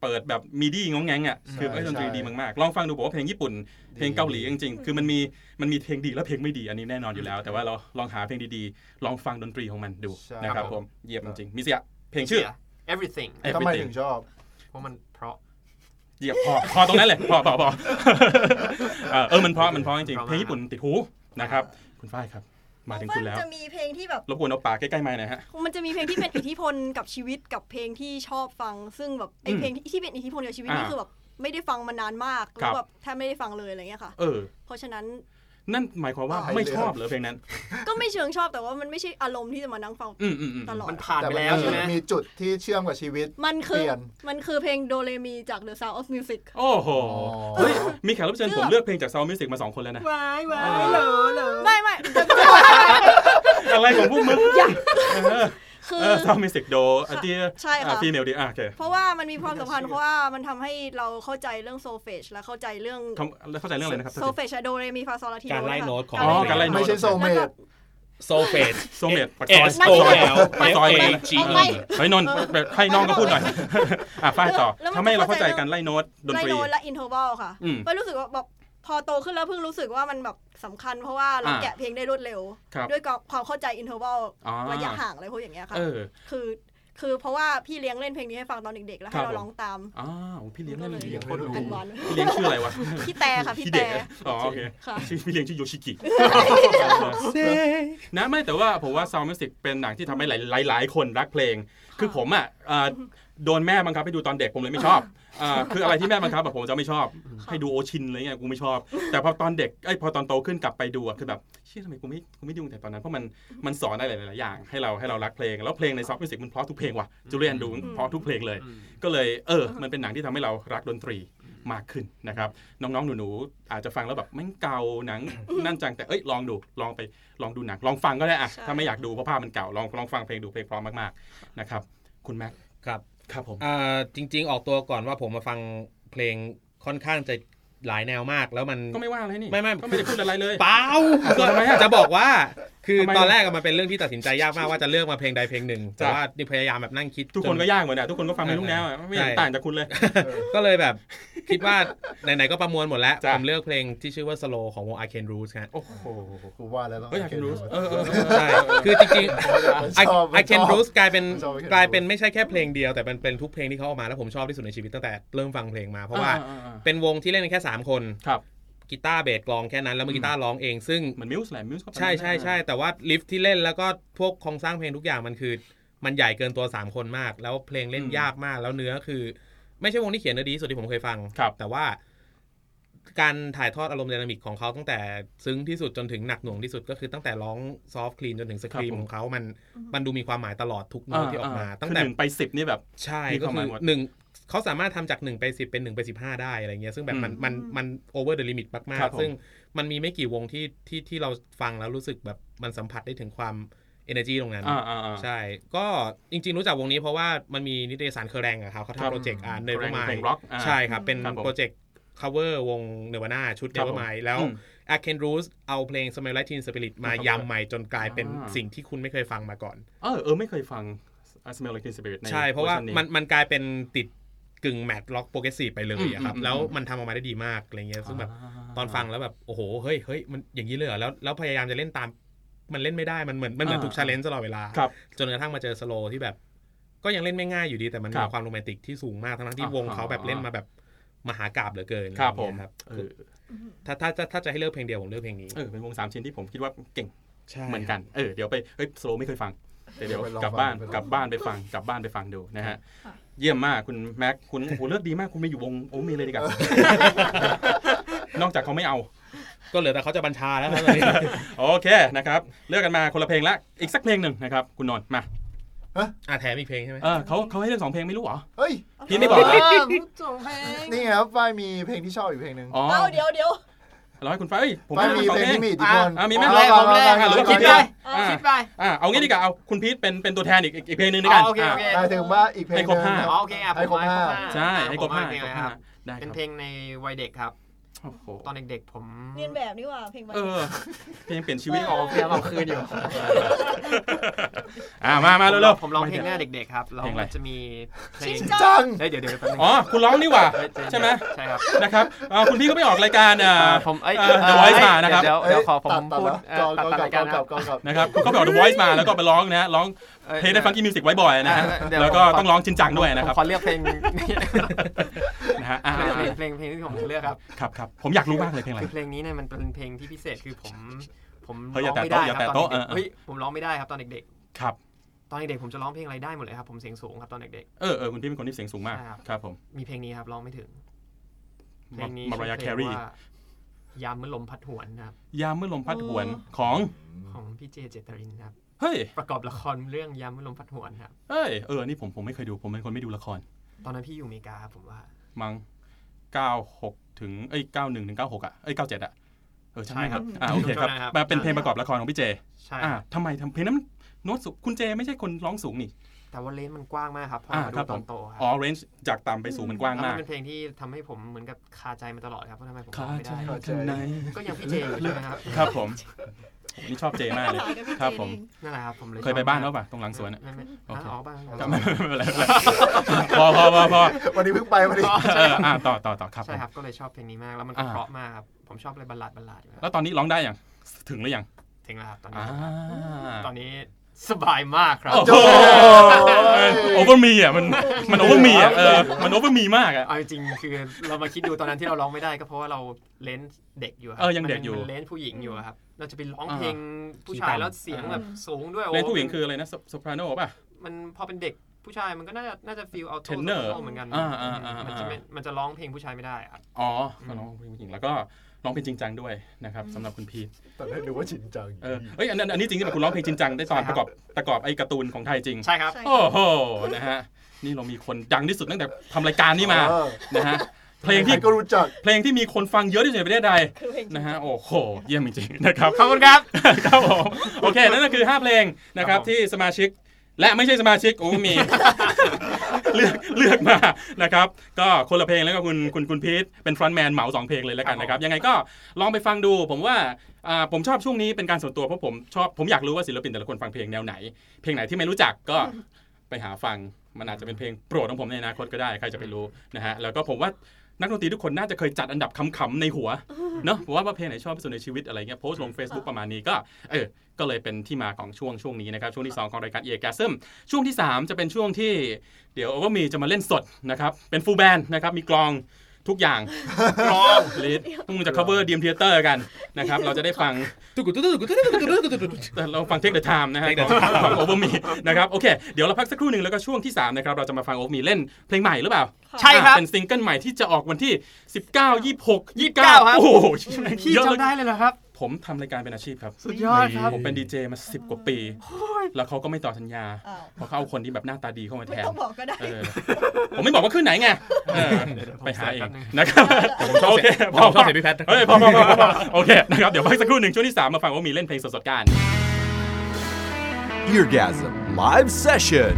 Speaker 2: เปิดแบบมีดี้งองแงงอ่ะ คือไอ้ยดนตรีดีมากๆ ลองฟังดูบอกว่าเพลงญี่ปุ่น เพลงเกาหลีจริงๆ คือมันมีมันมีเพลงดีและเพลงไม่ดีอันนี้แน่นอนอยู่แล้ว แต่ว่าเราลองหาเพลงดีๆ ลองฟังดนตรีของมันดู
Speaker 6: ใช่
Speaker 2: นะครับผม เยี่ยมจริงๆมิเซียเพลงชื่อ
Speaker 3: everything
Speaker 2: เอ้ย
Speaker 6: ทำไมถึงชอบ
Speaker 3: เพราะมันเพราะ
Speaker 2: เหยียบพ อพอตรงนั้นเลยพอพอพอ เออเออมันเพราะมันเพราะจริงๆเพลงญี่ปุ่นติดหูนะครับคุณฝ้ายครับ มาถึงคุณแล้ว
Speaker 5: จะมีเพลงที่แบบ
Speaker 2: รบกวนเอาปากใกล้ๆไม้หน่อยฮะ
Speaker 5: มันจะมีเพลงที่เป็นอิทธิพลกับชีวิตกับเพลงที่ชอบฟัง ซึ่งแบบไอ
Speaker 2: อืม
Speaker 5: เพลงที่ที่เป็นอิทธิพลกับชีวิต
Speaker 2: อ่า
Speaker 5: นี่คือแบบไม่ได้ฟังมานานมาก
Speaker 2: ครั
Speaker 5: แล้
Speaker 2: บ
Speaker 5: วแบบแทบไม่ได้ฟังเลยอะไรเงี้ยค่ะ
Speaker 2: เออ
Speaker 5: เพราะฉะนั้น
Speaker 2: นั่นหมายความว่า
Speaker 6: ตาย
Speaker 2: ไม่
Speaker 6: เลย
Speaker 2: ชอบเหรอเพลงนั้น
Speaker 5: ก็ไม่เชิงชอบแต่ว่ามันไม่ใช่อารมณ์ที่จะมานั่งฟัง
Speaker 2: อืมอืมอืม
Speaker 5: ตลอด
Speaker 3: มันผ่าน
Speaker 6: แต่
Speaker 3: ไป
Speaker 6: มั
Speaker 3: แล้วใช่ไหม
Speaker 6: มีจุดที่เชื่อมกับชีวิต
Speaker 5: มันคือ
Speaker 6: เปลี่ยน
Speaker 5: มันคือเพลงโดเรมีจาก The Sound of Music
Speaker 2: โอ้โห
Speaker 6: เฮ้ย
Speaker 2: มีแขกรับเชิญผมเลือกเพลงจากซาวมิวสิกมาสองคนแล้วนะ
Speaker 3: วายวายเหลอเหลอ
Speaker 5: ไม่ไม่จะจะ
Speaker 2: อะไรของพวกมึงเออ
Speaker 5: คือ
Speaker 2: เออซาวมิวสิกโดอเดีย
Speaker 5: ใช่ค่ะ
Speaker 2: ฟีเมลดีอ่ะโอเค
Speaker 5: เพราะว่ามันมีความสัมพันธ์เพราะว่ามันทำให้เราเข้าใจเรื่องโซเฟชและเข้าใจเรื่อง
Speaker 2: คำแล้วเข้าใจเรื่องอะไรนะครับ
Speaker 5: โซเฟชโดเรมีฟาซอลาที
Speaker 4: การไล่โน้ตของ
Speaker 2: อ๋อการไล่โน้
Speaker 6: ไม่
Speaker 2: ต
Speaker 6: ใช่โซเมด
Speaker 4: โซเฟต
Speaker 2: โซเมดปัก
Speaker 4: S
Speaker 2: ซอยซอ
Speaker 4: O
Speaker 2: ย
Speaker 4: L
Speaker 2: ปัก
Speaker 4: F
Speaker 2: ซอย
Speaker 4: A
Speaker 2: ไปเลย
Speaker 4: G
Speaker 5: เอา
Speaker 4: E
Speaker 5: ไป
Speaker 2: เฮ้ยนนท์แบบให้น้องก็พูดหน่อย อ่ะฝ้ายต่อ
Speaker 5: แล้วมัน
Speaker 2: ทำให้เราเข้าใจ
Speaker 5: เข้าใจ
Speaker 2: การไล่โน้ตดน
Speaker 5: ไล่
Speaker 2: ตรี
Speaker 5: โน้ตและอินเทอร์วัลค่ะ
Speaker 2: อืม
Speaker 5: ก็รู้สึกว่าแบบพอโตขึ้นแล้วเพิ่งรู้สึกว่ามันแบบสำคัญเพราะว่าเรา
Speaker 2: อ่า
Speaker 5: แกะเพลงได้รวดเร็ว
Speaker 2: ครับ
Speaker 5: ด้วยความเข้าใจอินเทอร์วัล
Speaker 2: อ๋อ
Speaker 5: ระยะห่างอะไรพวกอย่างเงี้ยค่ะ
Speaker 2: เออ
Speaker 5: คือคือเพราะว่าพี่เลี้ยงเล่นเพลงนี้ให้ฟังตอนเด็กๆ แล้ว
Speaker 2: ครั
Speaker 5: ให้
Speaker 2: บ
Speaker 5: เราร้องตาม
Speaker 2: อ้าวพี่เลี้ยง
Speaker 5: ก็
Speaker 2: ได้
Speaker 5: เล
Speaker 2: เลย ย
Speaker 6: เลี้ยงโคตรรู้
Speaker 5: อันวัน
Speaker 2: พี่เลี้ยงชื่ออะไรวะ
Speaker 5: พี่แต่ค่ะพี่
Speaker 2: พี่เด็
Speaker 5: แต่
Speaker 2: กอะอ๋อโอเค
Speaker 5: ค่ะ
Speaker 2: ชื่อพี่เลี้ยงชื่อโยชิกิ นะไม่แต่ว่าผมว่าซาวมิวสิกเป็นหนังที่ทำให้หลายหลายๆคนรักเพลง คือผมอ่ะเอ่อโดนแม่บังคับให้ดูตอนเด็กผมเลยไม่ชอบอ่าคืออะไรที่แม่บังคับแบบผมจะไม่ชอบ ให้ดูโอชินอะไรเงี้ยกูไม่ชอบ แต่พอตอนเด็กไอ้ยพอตอนโตขึ้นกลับไปดูอ่ะคือแบบเชี่ยทำไมกูไม่กูไม่ดูตั้งแต่ตอนนั้นเพราะมันมันสอนอะไรหลายๆอย่างให้เราให้เรารักเพลง แล้วเพลงในซาวมิวสิกมันเพราะทุกเพลงว่ะจูเลียนดูเพราะทุกเพลงเลย
Speaker 3: อืม
Speaker 2: ก็เลยเออ มันเป็นหนังที่ทำให้เรารักดนตรีมากขึ้นนะครับ น้องๆ หนูๆ อาจจะฟังแล้วแบบแม่งเก่าห นัง นั่นจังแต่เอ้ยลองดูลองไปลองดูหนัง ลองฟังก็ได้อะ
Speaker 5: ใช่
Speaker 2: ถ้าไม่อยากดูเพราะภาพมันเก่าลองลองฟังเพลงดูเพลงเพร้อมมากๆนะครับคุณแม็ก
Speaker 4: ครับ
Speaker 2: ครับผม
Speaker 4: อ่าจริง ๆ ออกตัวก่อนว่าผมมาฟังเพลงค่อนข้างจะหลายแนวมากแล้วมัน
Speaker 2: ก็ไม่ว่าอะไรนี่
Speaker 4: ไม่ไม่
Speaker 2: ก็ไม่ได้พูดอะไรเลย
Speaker 4: เปล่า
Speaker 2: ทำไมอะ
Speaker 4: จะบอกว่า คือ
Speaker 2: ทำไมอะ
Speaker 4: ตอนแรกอะมันเป็นเรื่องที่ตัดสินใจยากมากว่าจะเลือกมาเพลงใดเพลงหนึ่งแต่ว่านี่พยายามแบบนั่งคิด
Speaker 2: ทุกคนก็
Speaker 4: จ
Speaker 2: ยากเหมือนกันทุกคนก็ฟังไม่รู้แนวอะไม่เห็น
Speaker 4: ใช่
Speaker 2: ต่างจากคุณเลย
Speaker 4: ก็เลยแบบคิดว่า ไหน ๆ ก็ประมวลหมดแล้ว
Speaker 2: จ้ะ
Speaker 4: ผมเลือกเพลงที่ชื่อว่า slow ของวง Arcane Roots ฮะ
Speaker 2: โอ้โห
Speaker 6: กูว่าแล้วต้อง
Speaker 2: ก็อยากจะรู้เออเออเออ
Speaker 4: ใช่ คือจริง
Speaker 6: มัน
Speaker 4: ๆ
Speaker 6: ชอบ
Speaker 4: Ar-
Speaker 6: มันช
Speaker 4: Arcane
Speaker 6: อบ
Speaker 4: Roots กลายเป็น
Speaker 6: ชอบ Arcane
Speaker 4: กลายเป็นไม่ใช่แค่เพลงเดียวแต่เป็นเป็นทุกเพลงที่เขาออกมาแล้วผมชอบที่สุดในชีวิตตั้งแต่เริ่มฟังเพลงมาเพราะว่า
Speaker 2: อ่าอ่าอ่า
Speaker 4: เป็นวงที่เล่นกันแค่สามคน
Speaker 2: ครับ
Speaker 4: กีตาร์เบสกลองแค่นั้นแล้วมือกีตาร์ร้องเองซึ่ง
Speaker 2: เหมือนมิวส์แหละมิวส์ก็ประมาณ
Speaker 4: ใช่ใช่ใช่แต่ว่าลิฟที่เล่นแล้วก็พวกโครงสร้างเพลงทุกอย่างมันคือ มันใหญ่เกินตัว 3 คนมาก แล้วเพลงเล่นยากมากแล้วเนื้อคือ ไม่ใช่วงที่เขียนเนื้อดีที่สุดที่ผมเคยฟัง
Speaker 2: ครับ
Speaker 4: แต่ว่าการถ่ายทอดอารมณ์ไดนามิกของเขาตั้งแต่ซึ้งที่สุดจนถึงหนักหน่วงที่สุดก็คือตั้งแต่ร้องซอฟต์คลีนจนถึงสครี
Speaker 2: ค
Speaker 4: ม
Speaker 2: รับผม
Speaker 4: ของเขามันมันดูมีความหมายตลอดทุกโน้ตที่ออกมา ตั้ง
Speaker 2: คือ
Speaker 4: แต่
Speaker 2: หนึ่งไปสิบนี่แบบ
Speaker 4: ใช่
Speaker 2: มีค
Speaker 4: ก็
Speaker 2: วามห
Speaker 4: คื
Speaker 2: มาย
Speaker 4: อ
Speaker 2: หมด
Speaker 4: หนึ่งเขาสามารถทำจาก 1 ไป 10 เป็น 1 ไป 15 ได้อะไรเงี้ยซึ่งแบบมัน
Speaker 2: อืม
Speaker 4: มันมันโอเวอร์เดอะลิมิตมา
Speaker 2: ครั
Speaker 4: ก
Speaker 2: บผม
Speaker 4: ๆ ซึ่งมันมีไม่กี่วงที่ที่ที่เราฟังแล้วรู้สึกแบบมันสัมผัสได้ถึงความ energy ตรงนั้น
Speaker 2: อ่าอ่าอ่า
Speaker 4: ใช่ ก็จริง ๆ รู้จักวงนี้เพราะว่ามันมีนิตยสารเคอร์แรงอะครับเขา
Speaker 2: ครับ
Speaker 4: ทำโปรเจกต์อ่าเนเวอ
Speaker 2: Kerrang!
Speaker 4: ร์มาย
Speaker 2: เพลง rock อ่า
Speaker 4: ใช่ครับ เป็น
Speaker 2: ครับผม
Speaker 4: โปรเจกต์ cover วงเนวาน่าชุด
Speaker 2: ค
Speaker 4: เน
Speaker 2: รับ
Speaker 4: เวอ
Speaker 2: ผม
Speaker 4: ร์มายแล้ว
Speaker 2: อืม
Speaker 4: a r c a n e Roots เอาเพลง Smell Like Teen Spirit
Speaker 2: มา
Speaker 4: มา
Speaker 2: cover
Speaker 4: ยำใหม่จนกลายเป็น
Speaker 2: อ่า
Speaker 4: สิ่งที่คุณไม่เคยฟังมาก่อน
Speaker 2: เออเออไม่เคยฟัง I Smell Like Teen Spirit ใน
Speaker 4: ใช่ เพราะว่า
Speaker 2: ชันนี้
Speaker 4: มันมันกลายเป็นติดกึ่งแมทล็อกโปรเกรสซีฟไปเลยอะครับ
Speaker 2: อืมอืม
Speaker 4: แล้วมันทำออกมาได้ดีมากอะไรเงี้ยซึ่งแบบตอนฟังแล้วแบบ โอ้โห เฮ้ยเฮ้ยมันอย่างนี้เลยเหรอแล้วแล้วพยายามจะเล่นตาม มันเล่นไม่ได้มันเหมือนมันเหมือนถูก
Speaker 2: อ่า
Speaker 4: ชาเลนจ์ตลอดเวลา
Speaker 2: ครับ
Speaker 4: จนกระทั่งมาเจอสโลที่แบบ ก็ยังเล่นไม่ง่ายอยู่ดีแต่มัน
Speaker 2: ครั
Speaker 4: มี
Speaker 2: บ
Speaker 4: ความโรแมนติกที่สูงมากทั้งๆที่
Speaker 2: อ่าว
Speaker 4: งเขาแบบ
Speaker 2: อ่า
Speaker 4: เล่นมาแบบมหากราบเหลือเกินอะ
Speaker 2: ค
Speaker 4: ไร
Speaker 2: รับผ
Speaker 4: เงี้
Speaker 2: ม
Speaker 4: ยครับ
Speaker 2: เออ
Speaker 4: ถ้าถ้าถ้าถ้าจะให้เลือกเพลงเดียวผมเลือกเพลงนี้
Speaker 2: เออเป็นวงสามชิ้นที่ผมคิดว่าเก่ง
Speaker 4: ใช่
Speaker 2: เหมือนกันเออเดี๋ยวไปเอ้ยสโลไม่เคยฟังแต่เดี๋ยว
Speaker 6: ไปลอง
Speaker 2: กลับบ้าน
Speaker 6: ฟังไปลอง
Speaker 2: กลับบ้านไปฟังกลับบ้านไปฟังดูนะฮะ
Speaker 5: ค่ะ
Speaker 2: เยี่ยมมากคุณแม็กคุณโอ้โหเลือกดีมากคุณไม่อยู่วงโอ้มีเลยดีกว่า นอกจากเขาไม่เอา
Speaker 4: ก็เหลือแต่เขาจะบัญชาแล้วครับตอนนี้
Speaker 2: โอเคนะครับ เลือกกันมาคนละเพลงละอีกสักเพลงหนึ่งนะครับ คุณนนท์มา
Speaker 4: อ่ะแถมอีกเพลงใช่ไหม
Speaker 2: เออเขาเขาให้เลือกสองเพลงไม่รู้เหรอ
Speaker 6: เฮ้ย
Speaker 2: พี่ไม่บอก
Speaker 6: เอ
Speaker 3: จงเพลง
Speaker 6: นี่ไงครับฝ้ายมีเพลงที่ชอบอีกเพลงหนึ่ง
Speaker 2: อ๋อ
Speaker 5: เอาเดี๋ยวเดี๋ยว
Speaker 2: ร้อยคุณฟ้าเอ้ยผม
Speaker 6: ฝ้าย
Speaker 2: ลืก
Speaker 6: มี
Speaker 2: สอง
Speaker 6: เพลง
Speaker 2: เพลง
Speaker 6: ที่มีอิทธิพล
Speaker 2: อ่ะมีไหม
Speaker 6: เา
Speaker 3: ของแรกของแรก
Speaker 6: เา
Speaker 3: อ่ะหรือว่า
Speaker 6: เา
Speaker 2: คิด
Speaker 6: เา
Speaker 2: ไป
Speaker 6: เา
Speaker 2: อ่า
Speaker 3: คิดไป
Speaker 2: อ่าเอางี้ดีกว่าเอาคุณพีทเป็นเป็นตัวแทนอีกอีกอีกเพลงหนึ่งด้วยกัน
Speaker 3: อ๋อโอเคโอเค
Speaker 2: อ่ะ
Speaker 6: หมายถึงว่าอีกเพลง
Speaker 2: ให้ครบห้า
Speaker 3: อ๋อโอเคอ่ะ
Speaker 6: ให้ครบห้า
Speaker 2: ใช่ให้ครบห้า
Speaker 3: เพลงอะไรครับ
Speaker 2: ได้ค
Speaker 3: เป็น
Speaker 2: รับ
Speaker 3: เพลงในวัยเด็กครับ
Speaker 2: โอ้โห
Speaker 3: ตอนเด็กๆผม
Speaker 5: เรียนแบบนี่หว่าเพลงมัน
Speaker 2: เออเพลงเปลี่ยนชี วิต
Speaker 3: อ
Speaker 2: อ
Speaker 3: อ
Speaker 2: อกก
Speaker 3: เพลงเอาคืนอยู่
Speaker 2: อ่ามามาเร็วๆ
Speaker 3: ผมร้องเพลงหน้าเด็กๆครับแล้ว
Speaker 2: เพลงอะไร
Speaker 3: มันจะมีเพลง
Speaker 5: ชิงจ้า
Speaker 6: จัง
Speaker 3: เฮ้ยเดี๋ยวเดี๋ยวแป๊บนึง
Speaker 2: อ๋อ คุณร้องนี่หว่า ใช่ไหม
Speaker 3: ใช่ครับ
Speaker 2: นะครับอ่าคุณพี่ก็ไปออกรายการอ่า
Speaker 3: อ่าผมเอ้ย
Speaker 2: อ่า The Voice มานะครับ
Speaker 3: เดี๋ยวเดี๋ยวขอผม
Speaker 6: ตัด
Speaker 3: พูด
Speaker 6: แล้ว
Speaker 3: เอ่
Speaker 6: กอ
Speaker 3: อตัด
Speaker 6: กอ
Speaker 3: ตัด
Speaker 6: ก
Speaker 3: รายกา
Speaker 6: อ
Speaker 3: รนะค
Speaker 6: ก
Speaker 3: รับ
Speaker 6: อ
Speaker 2: นะครับคุณก็ไปออก The Voice มาแล้วก็ไปร้องนะร้อง
Speaker 3: อ้ย
Speaker 2: เพลงได้ฟังกี้มิวสิกไว้บ่อยนะฮะ
Speaker 3: เดี๋ย
Speaker 2: แล้วก็
Speaker 3: ผมข
Speaker 2: ต้องร้องจริงจังด้วยนะครับ
Speaker 3: ผมขอเลือกเพลง
Speaker 2: นะ ฮะอ่า
Speaker 3: เลือกเพลงเพลงเพลงที่ผมจะเลือกครับ
Speaker 2: ครับครับผมอยากรู้มากเลยเพลงอะไร
Speaker 3: คือเพลงนี้เนี่ยมันเป็นเพลงที่พิเศษคือผม ผม
Speaker 2: เฮ้ย
Speaker 3: ร้อย่
Speaker 2: อาง แตะ
Speaker 3: ไม่ได้
Speaker 2: โต๊ะอย่า
Speaker 3: ครับ
Speaker 2: แตะ
Speaker 3: ตอ
Speaker 2: โต๊ะ
Speaker 3: นเด็ก
Speaker 2: เออเออ
Speaker 3: ๆเฮ้ยผมร้องไม่ได้ครับตอนเด็ก
Speaker 2: ครับ
Speaker 3: ๆ ตอนเด็กๆผมจะร้องเพลงอะไรได้หมดเลยครับผมเสียงสูงครับตอนเด็ก
Speaker 2: เออเออคุณพี่เป็นคนที่เสียงสูงมาก
Speaker 3: ใช่ครับ
Speaker 2: ครับผม
Speaker 3: ๆ มีเพลงนี้ครับร้องไม่ถึง เพลงนี้
Speaker 2: มารายาแค
Speaker 3: ชื่อ
Speaker 2: รี
Speaker 3: เพลงว่ายามเมื่อลมพัดหวนนะครับ
Speaker 2: ยามเมื่อลมพัดหวนของ
Speaker 3: ของพี่เจเจตรินครับ
Speaker 2: เฮ้ย
Speaker 3: ประกอบละครเรื่องยามเมื่อลมพัดหวนครับ
Speaker 2: เอ้ยเออนี่ผมผมไม่เคยดูผมเป็นคนไม่ดูละคร
Speaker 3: ตอนนั้นพี่อยู่อเมริกาครับผมว่า
Speaker 2: มั้ง96 ถึง เอ้ย 91 ถึง 96 อ่ะ เอ้ย 97 อ่ะ เออ ใช่างมันครับ
Speaker 3: ใช่ครับ
Speaker 2: อ่าโอเคครับ
Speaker 3: จำได้ครับ
Speaker 2: มาเป็นเพลงประกอบละครของพี่เจ
Speaker 3: ใช่
Speaker 2: อ่า
Speaker 3: ครับ
Speaker 2: ทำไมทำเพลงนั้นมันโน้ตสูง คุณเจไม่ใช่คนร้องสูงนี่
Speaker 3: แต่ว่าเลนส์มันกว้างมากครับพอ
Speaker 2: อ่า
Speaker 3: มาดู
Speaker 2: ครับ
Speaker 3: ต
Speaker 2: ผ
Speaker 3: อ
Speaker 2: ม
Speaker 3: นโตครับ
Speaker 2: อ๋อเรนจ์จากต่ำไปสูงมันกว้าง
Speaker 3: แล้ว
Speaker 2: มาน
Speaker 3: มั
Speaker 2: ก
Speaker 3: เป็นเพลงที่ทำให้ผมเหมือนกับคาใจมาตลอดครับว่าทำไมผมร้
Speaker 2: คา
Speaker 3: องไม่
Speaker 2: ใจ
Speaker 3: ได้
Speaker 6: ครับ
Speaker 2: ข้างใน
Speaker 3: ก็ยังพี่เจอยู่ใช่ไหมครับ
Speaker 2: ครับผมโหนี่ชอบเจมากเลย
Speaker 5: สอนกับพี่
Speaker 2: ครับ
Speaker 5: เจ
Speaker 2: ผม
Speaker 5: เอง
Speaker 3: นั่นแหละครับผมเลย
Speaker 2: เคยไปบ้านเขาป่ะ ตรงหลังสวนอ่ะ
Speaker 3: ไม่ไม่
Speaker 2: โอเค
Speaker 3: อ่ะอ๋อบ้าน
Speaker 2: จำไม่เป็นไรไม่เป็นไรพอพอพอพอ
Speaker 6: วันนี้เพิ่งไปวันนี้
Speaker 2: เอออ่าต่อต่อต่อครับผ
Speaker 3: ใช่
Speaker 2: ม
Speaker 3: ครับก็เลยชอบเพลงนี้มากแล้วมันก็
Speaker 2: อ่า
Speaker 3: เพราะมากครับผมชอบอะไรบัลลาดบัลลาดอยู่ครับ
Speaker 2: แล้วตอนนี้ร้องได้ยังถึงหรือยัง
Speaker 3: ถึงแล้วครับตอนนี้
Speaker 2: อ่า
Speaker 3: ตอนนี้สบายมากครับ
Speaker 2: โอ้โหโอเวอร์มีอ่ะมันมันโอเวอร์มีอ่ะเออมันโอเวอร์มีมากอ่ะ
Speaker 3: เอาจริงๆคือเรามาคิดดูตอนนั้นที่เราร้องไม่ได้ก็เพราะว่าเราเลนส์เด็กอยู่ครับ
Speaker 2: เออยังเด็กอยู่
Speaker 3: มันเลนส์ผู้หญิงอยู่อะครับ เราจะไปร้อง
Speaker 2: อ่า
Speaker 3: เพลงผู้ชาย
Speaker 2: เสียงต่ำ
Speaker 3: แล้วเสียงแบบสูงด้วยโอ้
Speaker 2: เลนผู้หญิงคืออะไรนะโซปราโนป่ะ
Speaker 3: มันพอเป็นเด็กผู้ชายมันก็น่าจะน่าจะฟีลเอา
Speaker 2: Tenor
Speaker 3: เหมือนกัน
Speaker 2: อ่าอ่าอ่ามั
Speaker 3: นจะไม่มันจะร้องเพลงผู้ชายไม่ได้อะครับ
Speaker 2: อ๋อก็ร้องผู้หญิงแล้วก็ร้องเพลงจริงจังด้วยนะครับสำหรับคุณพีท
Speaker 6: แต่ได้ดูว่าจริงจัง
Speaker 2: เออเอ้ยอันนั้นอันนี้จริงๆคุณร้องเพลงจริงจังได้ตอนประกอบประกอบไอ้การ์ตูนของไทยจริง
Speaker 3: ใช่ครับ
Speaker 5: ใช่
Speaker 2: โอ้โหนะฮะนี่เรามีคนดังที่สุดตั้งแต่ทำรายการนี้มา
Speaker 6: เออ
Speaker 2: นะฮะเพลง
Speaker 6: ใคร
Speaker 2: ที่
Speaker 6: ก็รู้จัก
Speaker 2: เพลงที่มีคนฟังเยอะที่สุดในประเทศใด
Speaker 5: คือเพลง
Speaker 2: นะฮะโอ้โหเยี่ยมจริงๆนะครับ
Speaker 3: ขอบคุณครับ
Speaker 2: ครับผมโอเค นั่นก็คือ 5 เพลงนะครับ
Speaker 3: ครับผม
Speaker 2: ที่สมาชิกและไม่ใช่สมาชิกโอ้มี เลือกเลือกมานะครับ ก็คนละเพลงแล้วก็คุณคุณคุณพีทเป็นฟรอนต์แมนเหมาสองเพลงเลยแล้วกันนะครับ ยังไงก็ลองไปฟังดู ผมว่าอ่าผมชอบช่วงนี้เป็นการส่วนตัวเพราะผมชอบผมอยากรู้ว่าศิลปินแต่ละคนฟังเพลงแนวไหน เพลงไหนที่ไม่รู้จักก็ไปหาฟังมันอาจจะเป็นเพลงโปรดของผมในอนาคตก็ได้ใครจะไปรู้นะฮะแล้วก็ผมว่านักดนตรีทุกคนน่าจะเคยจัดอันดับคำๆในหัว เนอะผมว่าว่าเพลงไหนชอบที่สุดในชีวิตอะไรเงี้ยโพสต์ลง Facebook ประมาณนี้ก็เออก็เลยเป็นที่มาของช่วงช่วงนี้นะครับ ช่วงที่ 2 ของรายการเอแกซึมช่วงที่ 3 จะเป็นช่วงที่เดี๋ยวว่ามีจะมาเล่นสดนะครับ เป็นฟูลแบนนะครับ มีกลองทุกอย่างกลองลิดต้องจะ cover DM Theater กันนะครับ เราจะได้ฟัง
Speaker 4: ตุกุตุกุตุกุตุกุตุกุตุกุตุกุตุ
Speaker 2: แต่เราฟังเทคเดอะไทม์นะฮะ
Speaker 4: Take
Speaker 2: ข
Speaker 4: the
Speaker 2: อง
Speaker 4: Time
Speaker 2: ของโอเวอร์มีนะครับโอเค เดี๋ยวเราพักสักครู่หนึ่งแล้วก็ช่วงที่ 3 นะครับ เราจะมาฟังโอเวอร์มีเล่นเพลงใหม่หรือเปล่า
Speaker 3: ใช่ครับ
Speaker 2: อ่ะเป็นซิงเกิลใหม่ที่จะออกวันที่ 19 26
Speaker 3: 29ครับ
Speaker 2: โอ้โห
Speaker 3: พี่
Speaker 2: เยอะเลย
Speaker 3: จำได้เลยเหรอครับ
Speaker 2: ผมทำรายการเป็นอาชีพครับ
Speaker 3: สุดยอดครับ
Speaker 2: ผมเป็นดีเจมา 10 กว่าปี แล้วเขาก็ไม่ต่อสัญญา
Speaker 5: อ้าว
Speaker 2: เพราะเขาเอาคนที่แบบหน้าตาดีเข้ามาแท
Speaker 5: ไม่
Speaker 2: น
Speaker 5: ต้องบอกก็ได้
Speaker 2: เออผมไม่บอกว่าขึ้นไหนไงเออไปหาเองนะครับผมชอบโอเค
Speaker 4: ผมชอบเสียงพี่แพทย์
Speaker 2: เฮ้ยพอพอพอพอโอเคนะครับ เดี๋ยวพักสักครู่หนึ่งช่วงที่ 3 มาฟังว่ามีเล่นเพลงสดๆกัน
Speaker 1: Eargasm Live Session.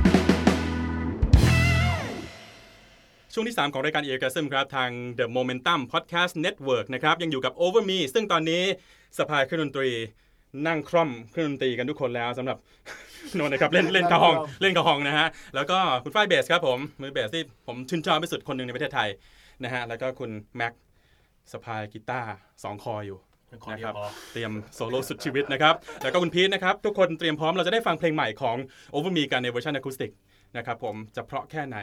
Speaker 2: ช่วงที่ 3 ของรายการเอ r ก s ซึมครับทาง The Momentum Podcast Network นะครับยังอยู่กับ Over Me ซึ่งตอนนี้สภาเครื่องดนตรีนั่งคร่อมเครื่องดนตรีกันทุกคนแล้วสำหรับ โนนนะครับเล่นเล่นกระหอง เล่นกระหองนะฮะ แล้วก็คุณฝ้ายเบสครับผม มือเบสที่ผมชื่นชอบที่สุดคนหนึ่งในประเทศไทยนะฮะแล้วก็คุณแม็กสภายกีตาร์สองคออยู่นะครับเตรียมโซโล่สุดชีวิตนะครับ แล้วก็คุณพีทนะครับทุกคนเตรียมพร้อมเราจะได้ฟังเพลงใหม่ของ Over Me กันในเวอร์ชันอะคูสติกนะครับผมจะเพราะแค่ไหน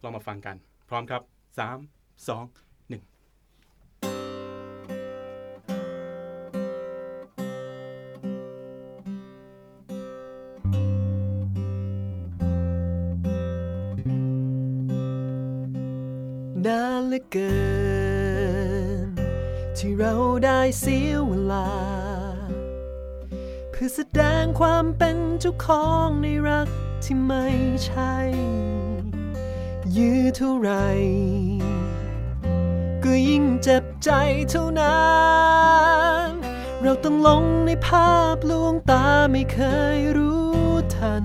Speaker 2: เรามาฟังกัน พร้อมครับ 3 2 1
Speaker 7: นานเหลือเกิน ที่เราได้เสียเวลา เพื่อแสดงความเป็นเจ้าของในรักที่ไม่ใช่ ยื้อเท่าไหรก็ยิ่งเจ็บใจเท่านั้น เราต้องหลงในภาพลวงตาไม่เคยรู้ทัน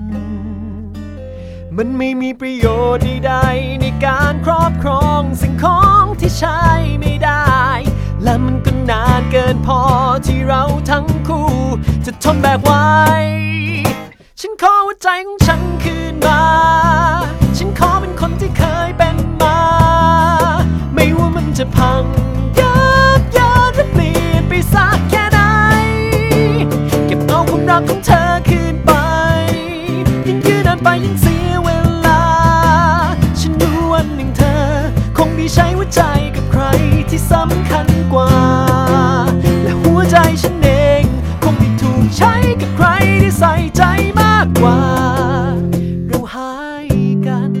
Speaker 7: มันไม่มีประโยชน์ใดๆในการครอบครองสิ่งของที่ใช้ไม่ได้ และมันก็นานเกินพอที่เราทั้งคู่ จะทนแบกไว้ ฉันขอหัวใจของฉันคืนมา ฉันขอเป็นคนที่เคยเป็นมา ไม่ว่ามันจะพังยับเยินหรือเปลี่ยนไปสักแค่ไหน เก็บเอาความรักของเธอคืนไป ยิ่งยืน ว่า เราหายกัน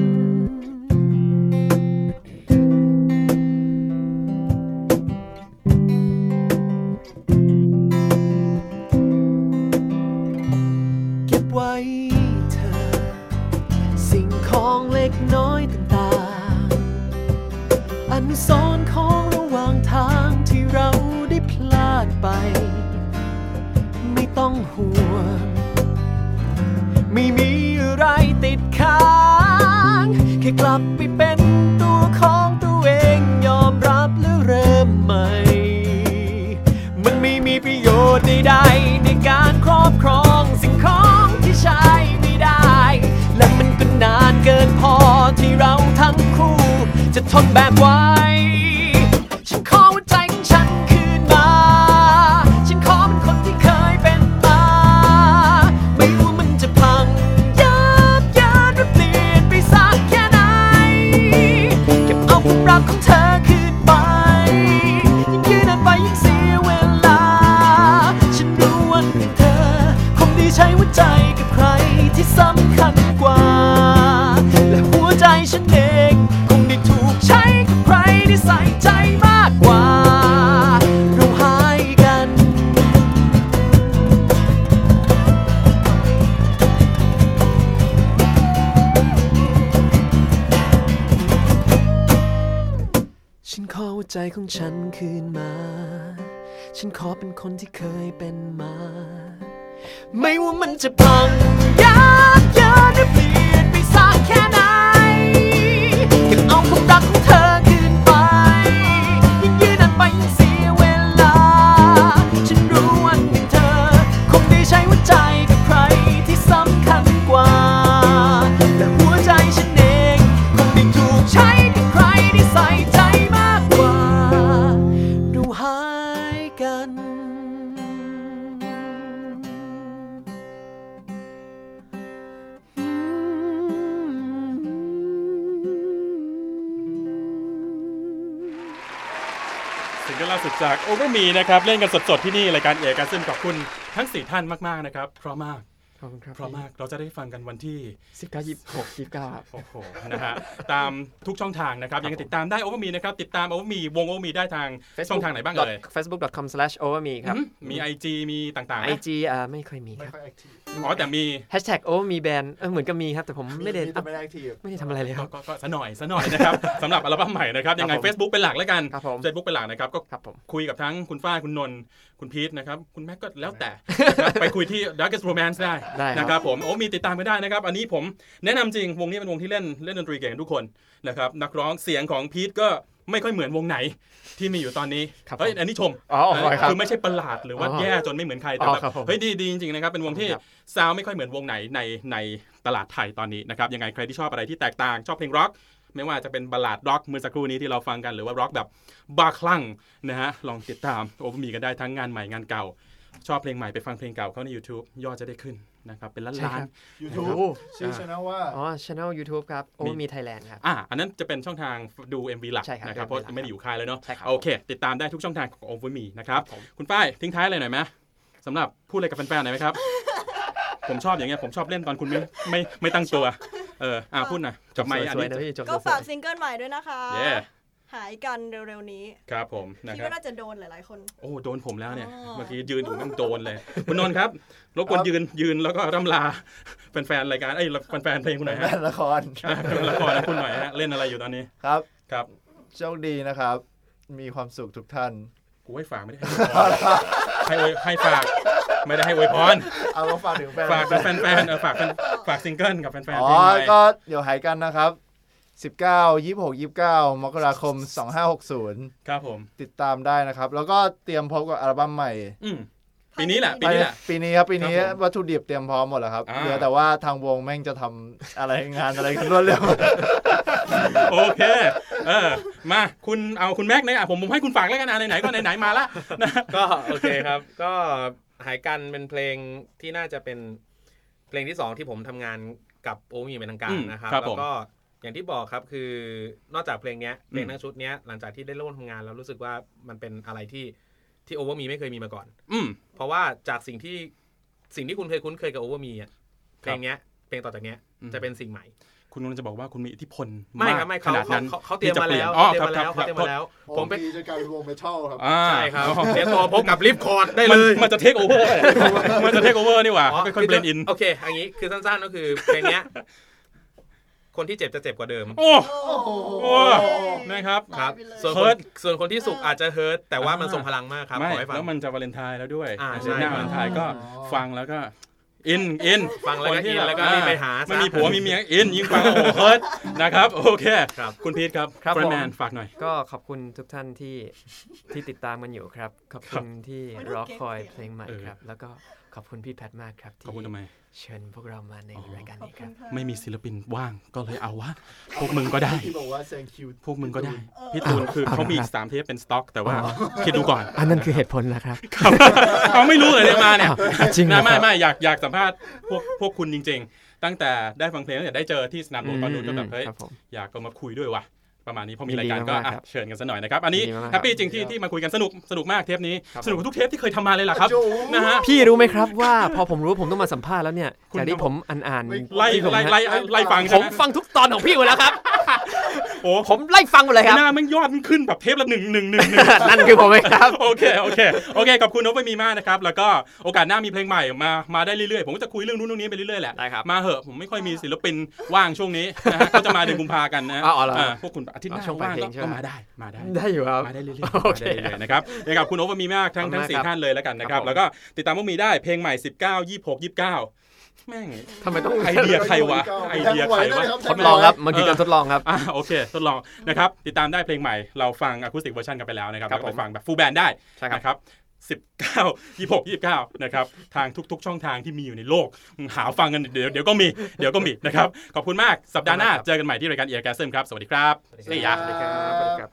Speaker 7: เก็บไว้เธอ สิ่งของเล็กน้อยต่างๆ อนุสรณ์ของระหว่างทางที่เราได้พลาดไป ไม่ต้องห่วง ไม่มีอะไรติดค้าง แค่กลับไปเป็นตัวของตัวเองยอมรับแล้วเริ่มใหม่ มันไม่มีประโยชน์ใดๆในการครอบครองสิ่งของที่ใช้ไม่ได้ และมันก็นานเกินพอที่เราทั้งคู่ จะทนแบบไว้ ฉันขอหัวใจของฉันคืนมา ฉันขอเป็นคนที่เคยเป็นมา ไม่ว่ามันจะพังยับเยินหรือเปลี่ยนไปสักแค่ไหน เก็บเอาความรักของเธอคืนไป ยิ่งยืนนานไปยิ่งเสียเวลา ฉันรู้ว่าเป็นเธอ คงได้ใช้หัวใจกับใครที่สำคัญกว่า และหัวใจฉันเอง คงได้ถูกใช้กับใครที่ใส่ใจมากกว่า เราหายกัน ฉันขอหัวใจของฉันคืนมา ฉันขอเป็นคนที่เคยเป็นมา ไม่ว่ามันจะพังยับเยินหรือเปลี่ยนไปสักแค่ไหนเก็บเอาความรักของเธอคืนไป ยิ่งยืนนานไปยิ่งเสียเวลา ฉันรู้วันหนึ่งเธอ คงได้ใช้หัวใจกับใครที่สำคัญกว่า แต่หัวใจฉันเองคงได้ถูกใช้กับใครที่ใส่ใจมากกว่า ดูหายกัน
Speaker 2: สิงเกิลล่าสุดจากโอเวอร์มีนะครับเล่นกันสดๆที่นี่รายการเอกการซึมขอบคุณทั้งสี่ท่านมากๆนะครับเพราะมาก
Speaker 8: ขอบคุณครับ
Speaker 2: เพราะมากเราจะได้ฟังกันวันที่
Speaker 8: สิบเก้ายี่สิบหกยี่สิบเก้าครับ
Speaker 2: โอ้โห นะฮะ ตามทุกช่องทางนะครับ ยังไงติดตามได้โอเวอร์มีนะครับ ติดตามโอเวอร์มีวงโอเวอร์มีได้ทาง
Speaker 8: Facebook
Speaker 2: ช่องทางไหนบ้างเอ่ย
Speaker 8: facebook.com/overme ครับ
Speaker 2: มี IG มีต่างๆไหม
Speaker 8: IG อ่าไม่ค่อยมีครับ
Speaker 2: อ๋อแต่มี
Speaker 8: hashtag overme band เออเหมือนกับมีครับ แต่ผมไม่ได้อัพ
Speaker 6: ไม่ได้ที
Speaker 8: ไม่ได้ทำอะไรเลยค
Speaker 2: ก็
Speaker 8: รับ
Speaker 2: ก็ก็สะหน่อยสะหน่อยนะครับ สำหรับอัลบั้มใหม่นะครับ ยังไง
Speaker 8: ครับผม
Speaker 2: Facebook เป็นหลักแล้วกัน
Speaker 8: ครับผม
Speaker 2: Facebook เป็นหลักนะครับ ก็
Speaker 8: ครับผม
Speaker 2: คุยกับทั้งคุณฝ้ายคุณนนท์คุณพีทนะครับ คุณแม็กก็แล้ว แต่นะครับไปคุยที่ Darkest Romance ได้
Speaker 8: ได้ครับ
Speaker 2: นะครับผมโอ้มีติดตามไปได้นะครับ อันนี้ผมแนะนำจริงวงนี้เป็นวงที่เล่นเล่นดนตรีเก่งกันทุกคนนะครับนักร้องเสียงของพีทก็ไม่ค่อยเหมือนวงไหนที่มีอยู่ตอนนี้
Speaker 8: ครับผม
Speaker 2: เฮ้ยอันนี้ชม
Speaker 8: อ๋อ
Speaker 2: เออ
Speaker 8: ครับ
Speaker 2: คือไม่ใช่ประหลาดหรือว่า
Speaker 8: อ๋อ
Speaker 2: แย่จนไม่เหมือนใครแต่
Speaker 8: อ๋อ
Speaker 2: แบบ
Speaker 8: ครับผม
Speaker 2: เฮ้ยดีดีจริงๆนะครับเป็นวงที่
Speaker 8: ครับ
Speaker 2: ซาวด์ไม่ค่อยเหมือนวงไหนในในตลาดไทยตอนนี้นะครับยังไงใครที่ชอบอะไรที่แตกต่างชอบเพลงร็อก ไม่ว่าจะเป็นบัลลาดร็อกเมื่อสักครู่นี้ที่เราฟังกันหรือว่าร็อกแบบบ้าคลั่งนะฮะลองติดตามโอ้มีกันได้ทั้งงานใหม่งานเก่า ชอบเพลงใหม่ไปฟังเพลงเก่าเข้าใน YouTube ยอดจะได้ขึ้นนะครับเป็นล้าน
Speaker 8: ใช่
Speaker 2: ล้า
Speaker 8: คน รับ
Speaker 6: ยูทูบ
Speaker 8: โอ้
Speaker 6: ชื่อช anel ว่า
Speaker 8: อ๋อ channel YouTube ครับ overme Thailand ครับ
Speaker 2: อ่าอันนั้นจะเป็นช่องทางดู MV หลัก
Speaker 8: ใช่ครับ
Speaker 2: นะครับ
Speaker 8: MV
Speaker 2: เพราะไม่ได้อยู่ค่ายแล้วเนาะ
Speaker 8: ใช่ครับ
Speaker 2: โอเค ติดตามได้ทุกช่องทางของโอเวอร์มีนะครับ
Speaker 8: ครับผม
Speaker 2: คุณป้าย ทิ้งท้ายอะไรหน่อยไหมสำหรับพูดอะไรกับแฟนๆหน่อยไหม ครับ ผมชอบอย่างเงี้ยผมชอบเล่นตอนคุณไม่ไม่ไม่ตั้งตัว เอออ่าพูดหน่อยจับไมค์อัน
Speaker 8: สวยๆ
Speaker 2: นี้
Speaker 8: นะพี่จบ
Speaker 5: ก็
Speaker 8: สว
Speaker 5: ฝาก
Speaker 8: ย
Speaker 5: ซิงเกิลใหม่ด้วยนะคะ
Speaker 2: เย้
Speaker 5: หายกันเร็วๆนี้
Speaker 2: ครับผมนะ
Speaker 5: คิด
Speaker 2: ครับ
Speaker 5: ว่าน่าจะโดนหลายๆคน
Speaker 2: โอ้โดนผมแล้วเนี่ย
Speaker 5: อ๋อ
Speaker 2: เมื่อกี้ยืนผมต้องโดน เลย คุณนนท์ครับรบกวน
Speaker 6: ครับ
Speaker 2: ยืนยืนแล้วก็ร่ำลาแฟนๆรายการไอ้ยแฟนๆเพลงคุณหน่อย ฮะ
Speaker 6: แม่ละคร
Speaker 2: อ่ะละครคุณหน่อยฮะเล่นอะไรอยู่ตอนนี้
Speaker 6: ครับ
Speaker 2: ครับ
Speaker 6: โชคดีนะครับ มีความสุขทุกท่าน
Speaker 2: กูให้ฝากไม่ได้ให้อวยพร ให้อวยให้ฝากไม่ได้ให้อวยพร
Speaker 6: เอามาฝากถึงแฟน
Speaker 2: ฝากแฟนๆเออฝากแฟนฝากซิงเกิลกับแฟนๆเพลง
Speaker 6: อ๋
Speaker 2: ห
Speaker 6: อ
Speaker 2: น่อย
Speaker 6: ก็เดี๋ยวหายกันนะครับ 19 26 29 มกราคม 2560
Speaker 2: ครับผม
Speaker 6: ติดตามได้นะครับ แล้วก็เตรียมพบกับอัลบั้มใหม่
Speaker 2: อืมปีนี้แหละ ปีนี้แหละ
Speaker 6: ปีนี้ครับปีนี้
Speaker 2: ครับผม
Speaker 6: วัตถุดิบเตรียมพร้อมหมดแล้วครับ
Speaker 2: อ่า
Speaker 6: เหลือแต่ว่าทางวงแม่งจะทำอะไรงานอะไรกันรวดเร็ว
Speaker 2: โอเค เออ มาคุณเอาคุณแม็กซ์เนี่ยอ่ะผมผมให้คุณฝากแล้วกันนะไหนๆก็ไหนๆมาละนะ
Speaker 4: ก็โอเคครับ ก็หายกันเป็นเพลงที่น่าจะเป็นเพลงที่สองที่ผมทำงานกับโอมีเป็นทางการนะครับ
Speaker 2: อืมครับ
Speaker 4: แล้
Speaker 2: ผม
Speaker 4: วก็อย่างที่บอกครับคือนอกจากเพลงเนี้ยเพลงทั้งชุดเนี้ยหลังจากที่ได้ร่วมทำงานแล้วรู้สึกว่ามันเป็นอะไรที่ที่โอเวอร์มีไม่เคยมีมาก่อน
Speaker 2: อืม
Speaker 4: เพราะว่าจากสิ่งที่สิ่งที่คุณเคยคุ้นเคยกับโอเวอร์มี เพลงเนี้ยเพลงต่อจากเนี้ย
Speaker 2: อืม
Speaker 4: จะเป็นสิ่งใหม่
Speaker 2: คุณกำลังจะบอกว่าคุณมีอิทธิพล
Speaker 4: ไม่ครับไม่
Speaker 2: ข
Speaker 4: เขา
Speaker 2: นาดนั้น
Speaker 4: เขาเขาเตรียมมาแล้ว
Speaker 2: ที่
Speaker 4: เขาเตรี
Speaker 2: จะ
Speaker 4: ยม
Speaker 2: ป
Speaker 4: มา
Speaker 2: ลี่นอ๋อ
Speaker 4: แล้วเขาเตรียมมาแล้ว
Speaker 6: ผ
Speaker 4: ผม ม
Speaker 6: เป็
Speaker 4: เป็น น
Speaker 6: จะกลายเป็นวงเมทัลครับ
Speaker 2: อ่า
Speaker 4: ใช่ครับ
Speaker 2: อ๋อ
Speaker 4: เตรียมตัวพบกับลิฟคอร์ดได้
Speaker 2: มั
Speaker 4: เล
Speaker 2: น
Speaker 4: ย
Speaker 2: มันจะเทคโอเวอร์ มันจะเทคโอเวอร์นี่หว่าไม่ค่อยเบลนอิน
Speaker 4: โอเคอันนี้คือสั้นๆก็ คือเพลงเนี้ย คนที่เจ็บจะเจ็บกว่าเดิม
Speaker 2: โอ้
Speaker 5: โอ้โห
Speaker 2: โอ้ นะครับ
Speaker 4: ครับ
Speaker 5: ตายไปเลย
Speaker 4: ส่วนค
Speaker 2: เฮิร์
Speaker 4: น
Speaker 2: ต
Speaker 4: ส่วนคนที่สุขอาจจะเฮิร์ตแต่ว่ามัน
Speaker 2: อ่า
Speaker 4: ทรงพลังมากครับ
Speaker 2: ไม่
Speaker 4: ขอให้ฟัง
Speaker 2: แล้วมันจะวาเลนไทน์แล้วด้วย
Speaker 4: อ่าใช่
Speaker 2: หน้าวาเลนไทน์ก็
Speaker 6: อ๋อ
Speaker 2: ฟังแล้วก็อินอิน
Speaker 4: ฟังแล้ว
Speaker 2: ค
Speaker 4: ก็
Speaker 2: น
Speaker 4: อิน
Speaker 2: บบ
Speaker 4: แล้วก็
Speaker 2: อ่
Speaker 4: รีบไปหาซะ
Speaker 2: ไม่มีผัวมีเมียอินยิ่งฟังโอ้โหเฮิร์ตนะครับโอเค
Speaker 4: ครับ
Speaker 2: คุณพีทครับ
Speaker 3: ครับ
Speaker 2: แฟน
Speaker 3: ผม
Speaker 2: แมนฝากหน่อย
Speaker 3: ก็ขอบคุณทุกท่านที่ ที่ติดตามกันอยู่ครับ ขอบคุณที่รอคอยเพลงใหม่ครับ แล้วก็ขอบคุณพี่แพทมากครับ
Speaker 2: ขอบคุณทำไม
Speaker 3: เชิญพวกเรามาในรายการนี้ครับ
Speaker 2: ไม่มีศิลปินว่างก็เลยเอาวะ พวกมึงก็ได้
Speaker 6: ที่บอกว่าแซงคิว
Speaker 2: พวกมึงก็ได้ พี่ตูนคือเขามีอีกสามเทปเป็นสต็อก แต่ว่าคิดดูก่อน
Speaker 3: อันนั้นคือเหตุผลนะครับ
Speaker 2: ครับเขาไม่รู้เลยเนี่ยมาเนี่ย
Speaker 3: อ้าวจริงเหรอ
Speaker 2: นะ
Speaker 3: ค
Speaker 2: ไม่
Speaker 3: รับ
Speaker 2: ไม่อยากอยากสัมภาษณ์พวกพวกคุณจริง ๆ ตั้งแต่ได้ฟังเพลงตั้งแต่ได้เจอที่สนามหลวงตอนนู้นก็แบบเฮ้ย
Speaker 3: ครับผม
Speaker 2: อยากก็มาคุยด้วยว่ะประมาณนี้พอมี
Speaker 3: ยินดี
Speaker 2: รายการก็
Speaker 3: มากๆ
Speaker 2: อ่ะ
Speaker 3: ครับ
Speaker 2: เชิญกันซะหน่อยนะครับ อันนี้
Speaker 3: ยินดีมากๆ
Speaker 2: แฮปปี้จริงที่ที่มาคุยกันสนุกสนุกมากเทปนี้
Speaker 3: ครับ
Speaker 2: สนุกกว่าทุกเทปที่เคยทำมาเลยล่ะครับนะฮะ
Speaker 3: พี่รู้ไหมครับว่าพอผมรู้ว่าผมต้องมาสัมภาษณ์แล้วเนี่ยจากที่ผมอ่านอ่าน
Speaker 6: ไม่
Speaker 2: ไล่
Speaker 3: ที่ผม
Speaker 2: ไล่
Speaker 3: นะ
Speaker 2: ไล่ไล่ไล่ฟัง
Speaker 3: ผ
Speaker 2: ใช่
Speaker 3: ม
Speaker 2: ไหม
Speaker 3: ฟังทุกตอนของพี่หมดแล้วครับ
Speaker 2: โอ้
Speaker 3: ผมไล่ฟังหมดเลยครับ
Speaker 2: หน้ามันยอดมันขึ้นแบบเทปละหนึ่งหนึ่งหนึ่งหนึ่ง
Speaker 3: นั่นคือผมเองครับ
Speaker 2: โอเค โอเค โอเค ขอบคุณนพมีมากนะครับ แล้วก็โอกาสหน้ามีเพลงใหม่มา มาได้เรื่อยๆ ผมก็จะคุยเรื่องนู้นเรื่องนี้ไปเรื่อยๆ แหละ
Speaker 3: ได้ครับ
Speaker 2: มาเหอะ ผมไม่ค่อยมีศิลปินว่างช่วงนี้นะฮะ ก็จะมาเดือนกุมภากันนะ
Speaker 3: อ๋ออ๋อเหรอ
Speaker 2: อ่าพวกคุณอาทิตย์หน้า
Speaker 3: อ๋อช่วงปลา
Speaker 2: ว่าย ง
Speaker 3: เพ
Speaker 2: ก็
Speaker 3: ลงใช่ไหม
Speaker 2: ก็มาได้ มาได้
Speaker 3: ได้อยู่ครับ
Speaker 2: มาได้เรื่อยๆ
Speaker 3: โอ
Speaker 2: มา
Speaker 3: เค
Speaker 2: ได้เรื่อยๆนะครับยังกับคุณโอวมีมากทั้ง
Speaker 3: ขอบคุณ
Speaker 2: ทั้งสี่
Speaker 3: มากครับ
Speaker 2: ท่านเลยแล้วกันนะครับ
Speaker 3: ครับผม
Speaker 2: แล้วก็ติดตามพวกมีได้เพลงใหม่ 19 26 29 แม่ง
Speaker 3: ทำไมต้อง
Speaker 2: ไอเดียใครวะ ไอเดียใครวะ
Speaker 3: ทดลองครับมันคือการทดลองครับ
Speaker 2: อ่าโอเค ทดลองนะครับ ติดตามได้เพลงใหม่เราฟังอะคูสติกเวอร์ชันกันไปแล้วนะครับ
Speaker 3: ครั
Speaker 2: แล้ว
Speaker 3: บ
Speaker 2: ก็ไป
Speaker 3: ผม
Speaker 2: ฟังแบบฟูลแบนได้
Speaker 3: ใช่ครับ
Speaker 2: นะครับ19 26 29 นะครับ ทางทุกๆ ช่องทางที่มีอยู่ในโลกหาฟังกันเดี๋ยวเดี๋ยวก็มีเดี๋ยวก็มีนะครับ ขอบคุณมากสัปดาห์หน้า เจอกันใหม่ที่รายการเอียร์แกซึมครับ สวัสดีครับนี่ยา
Speaker 3: สวัสดีครับสวัสดีครับ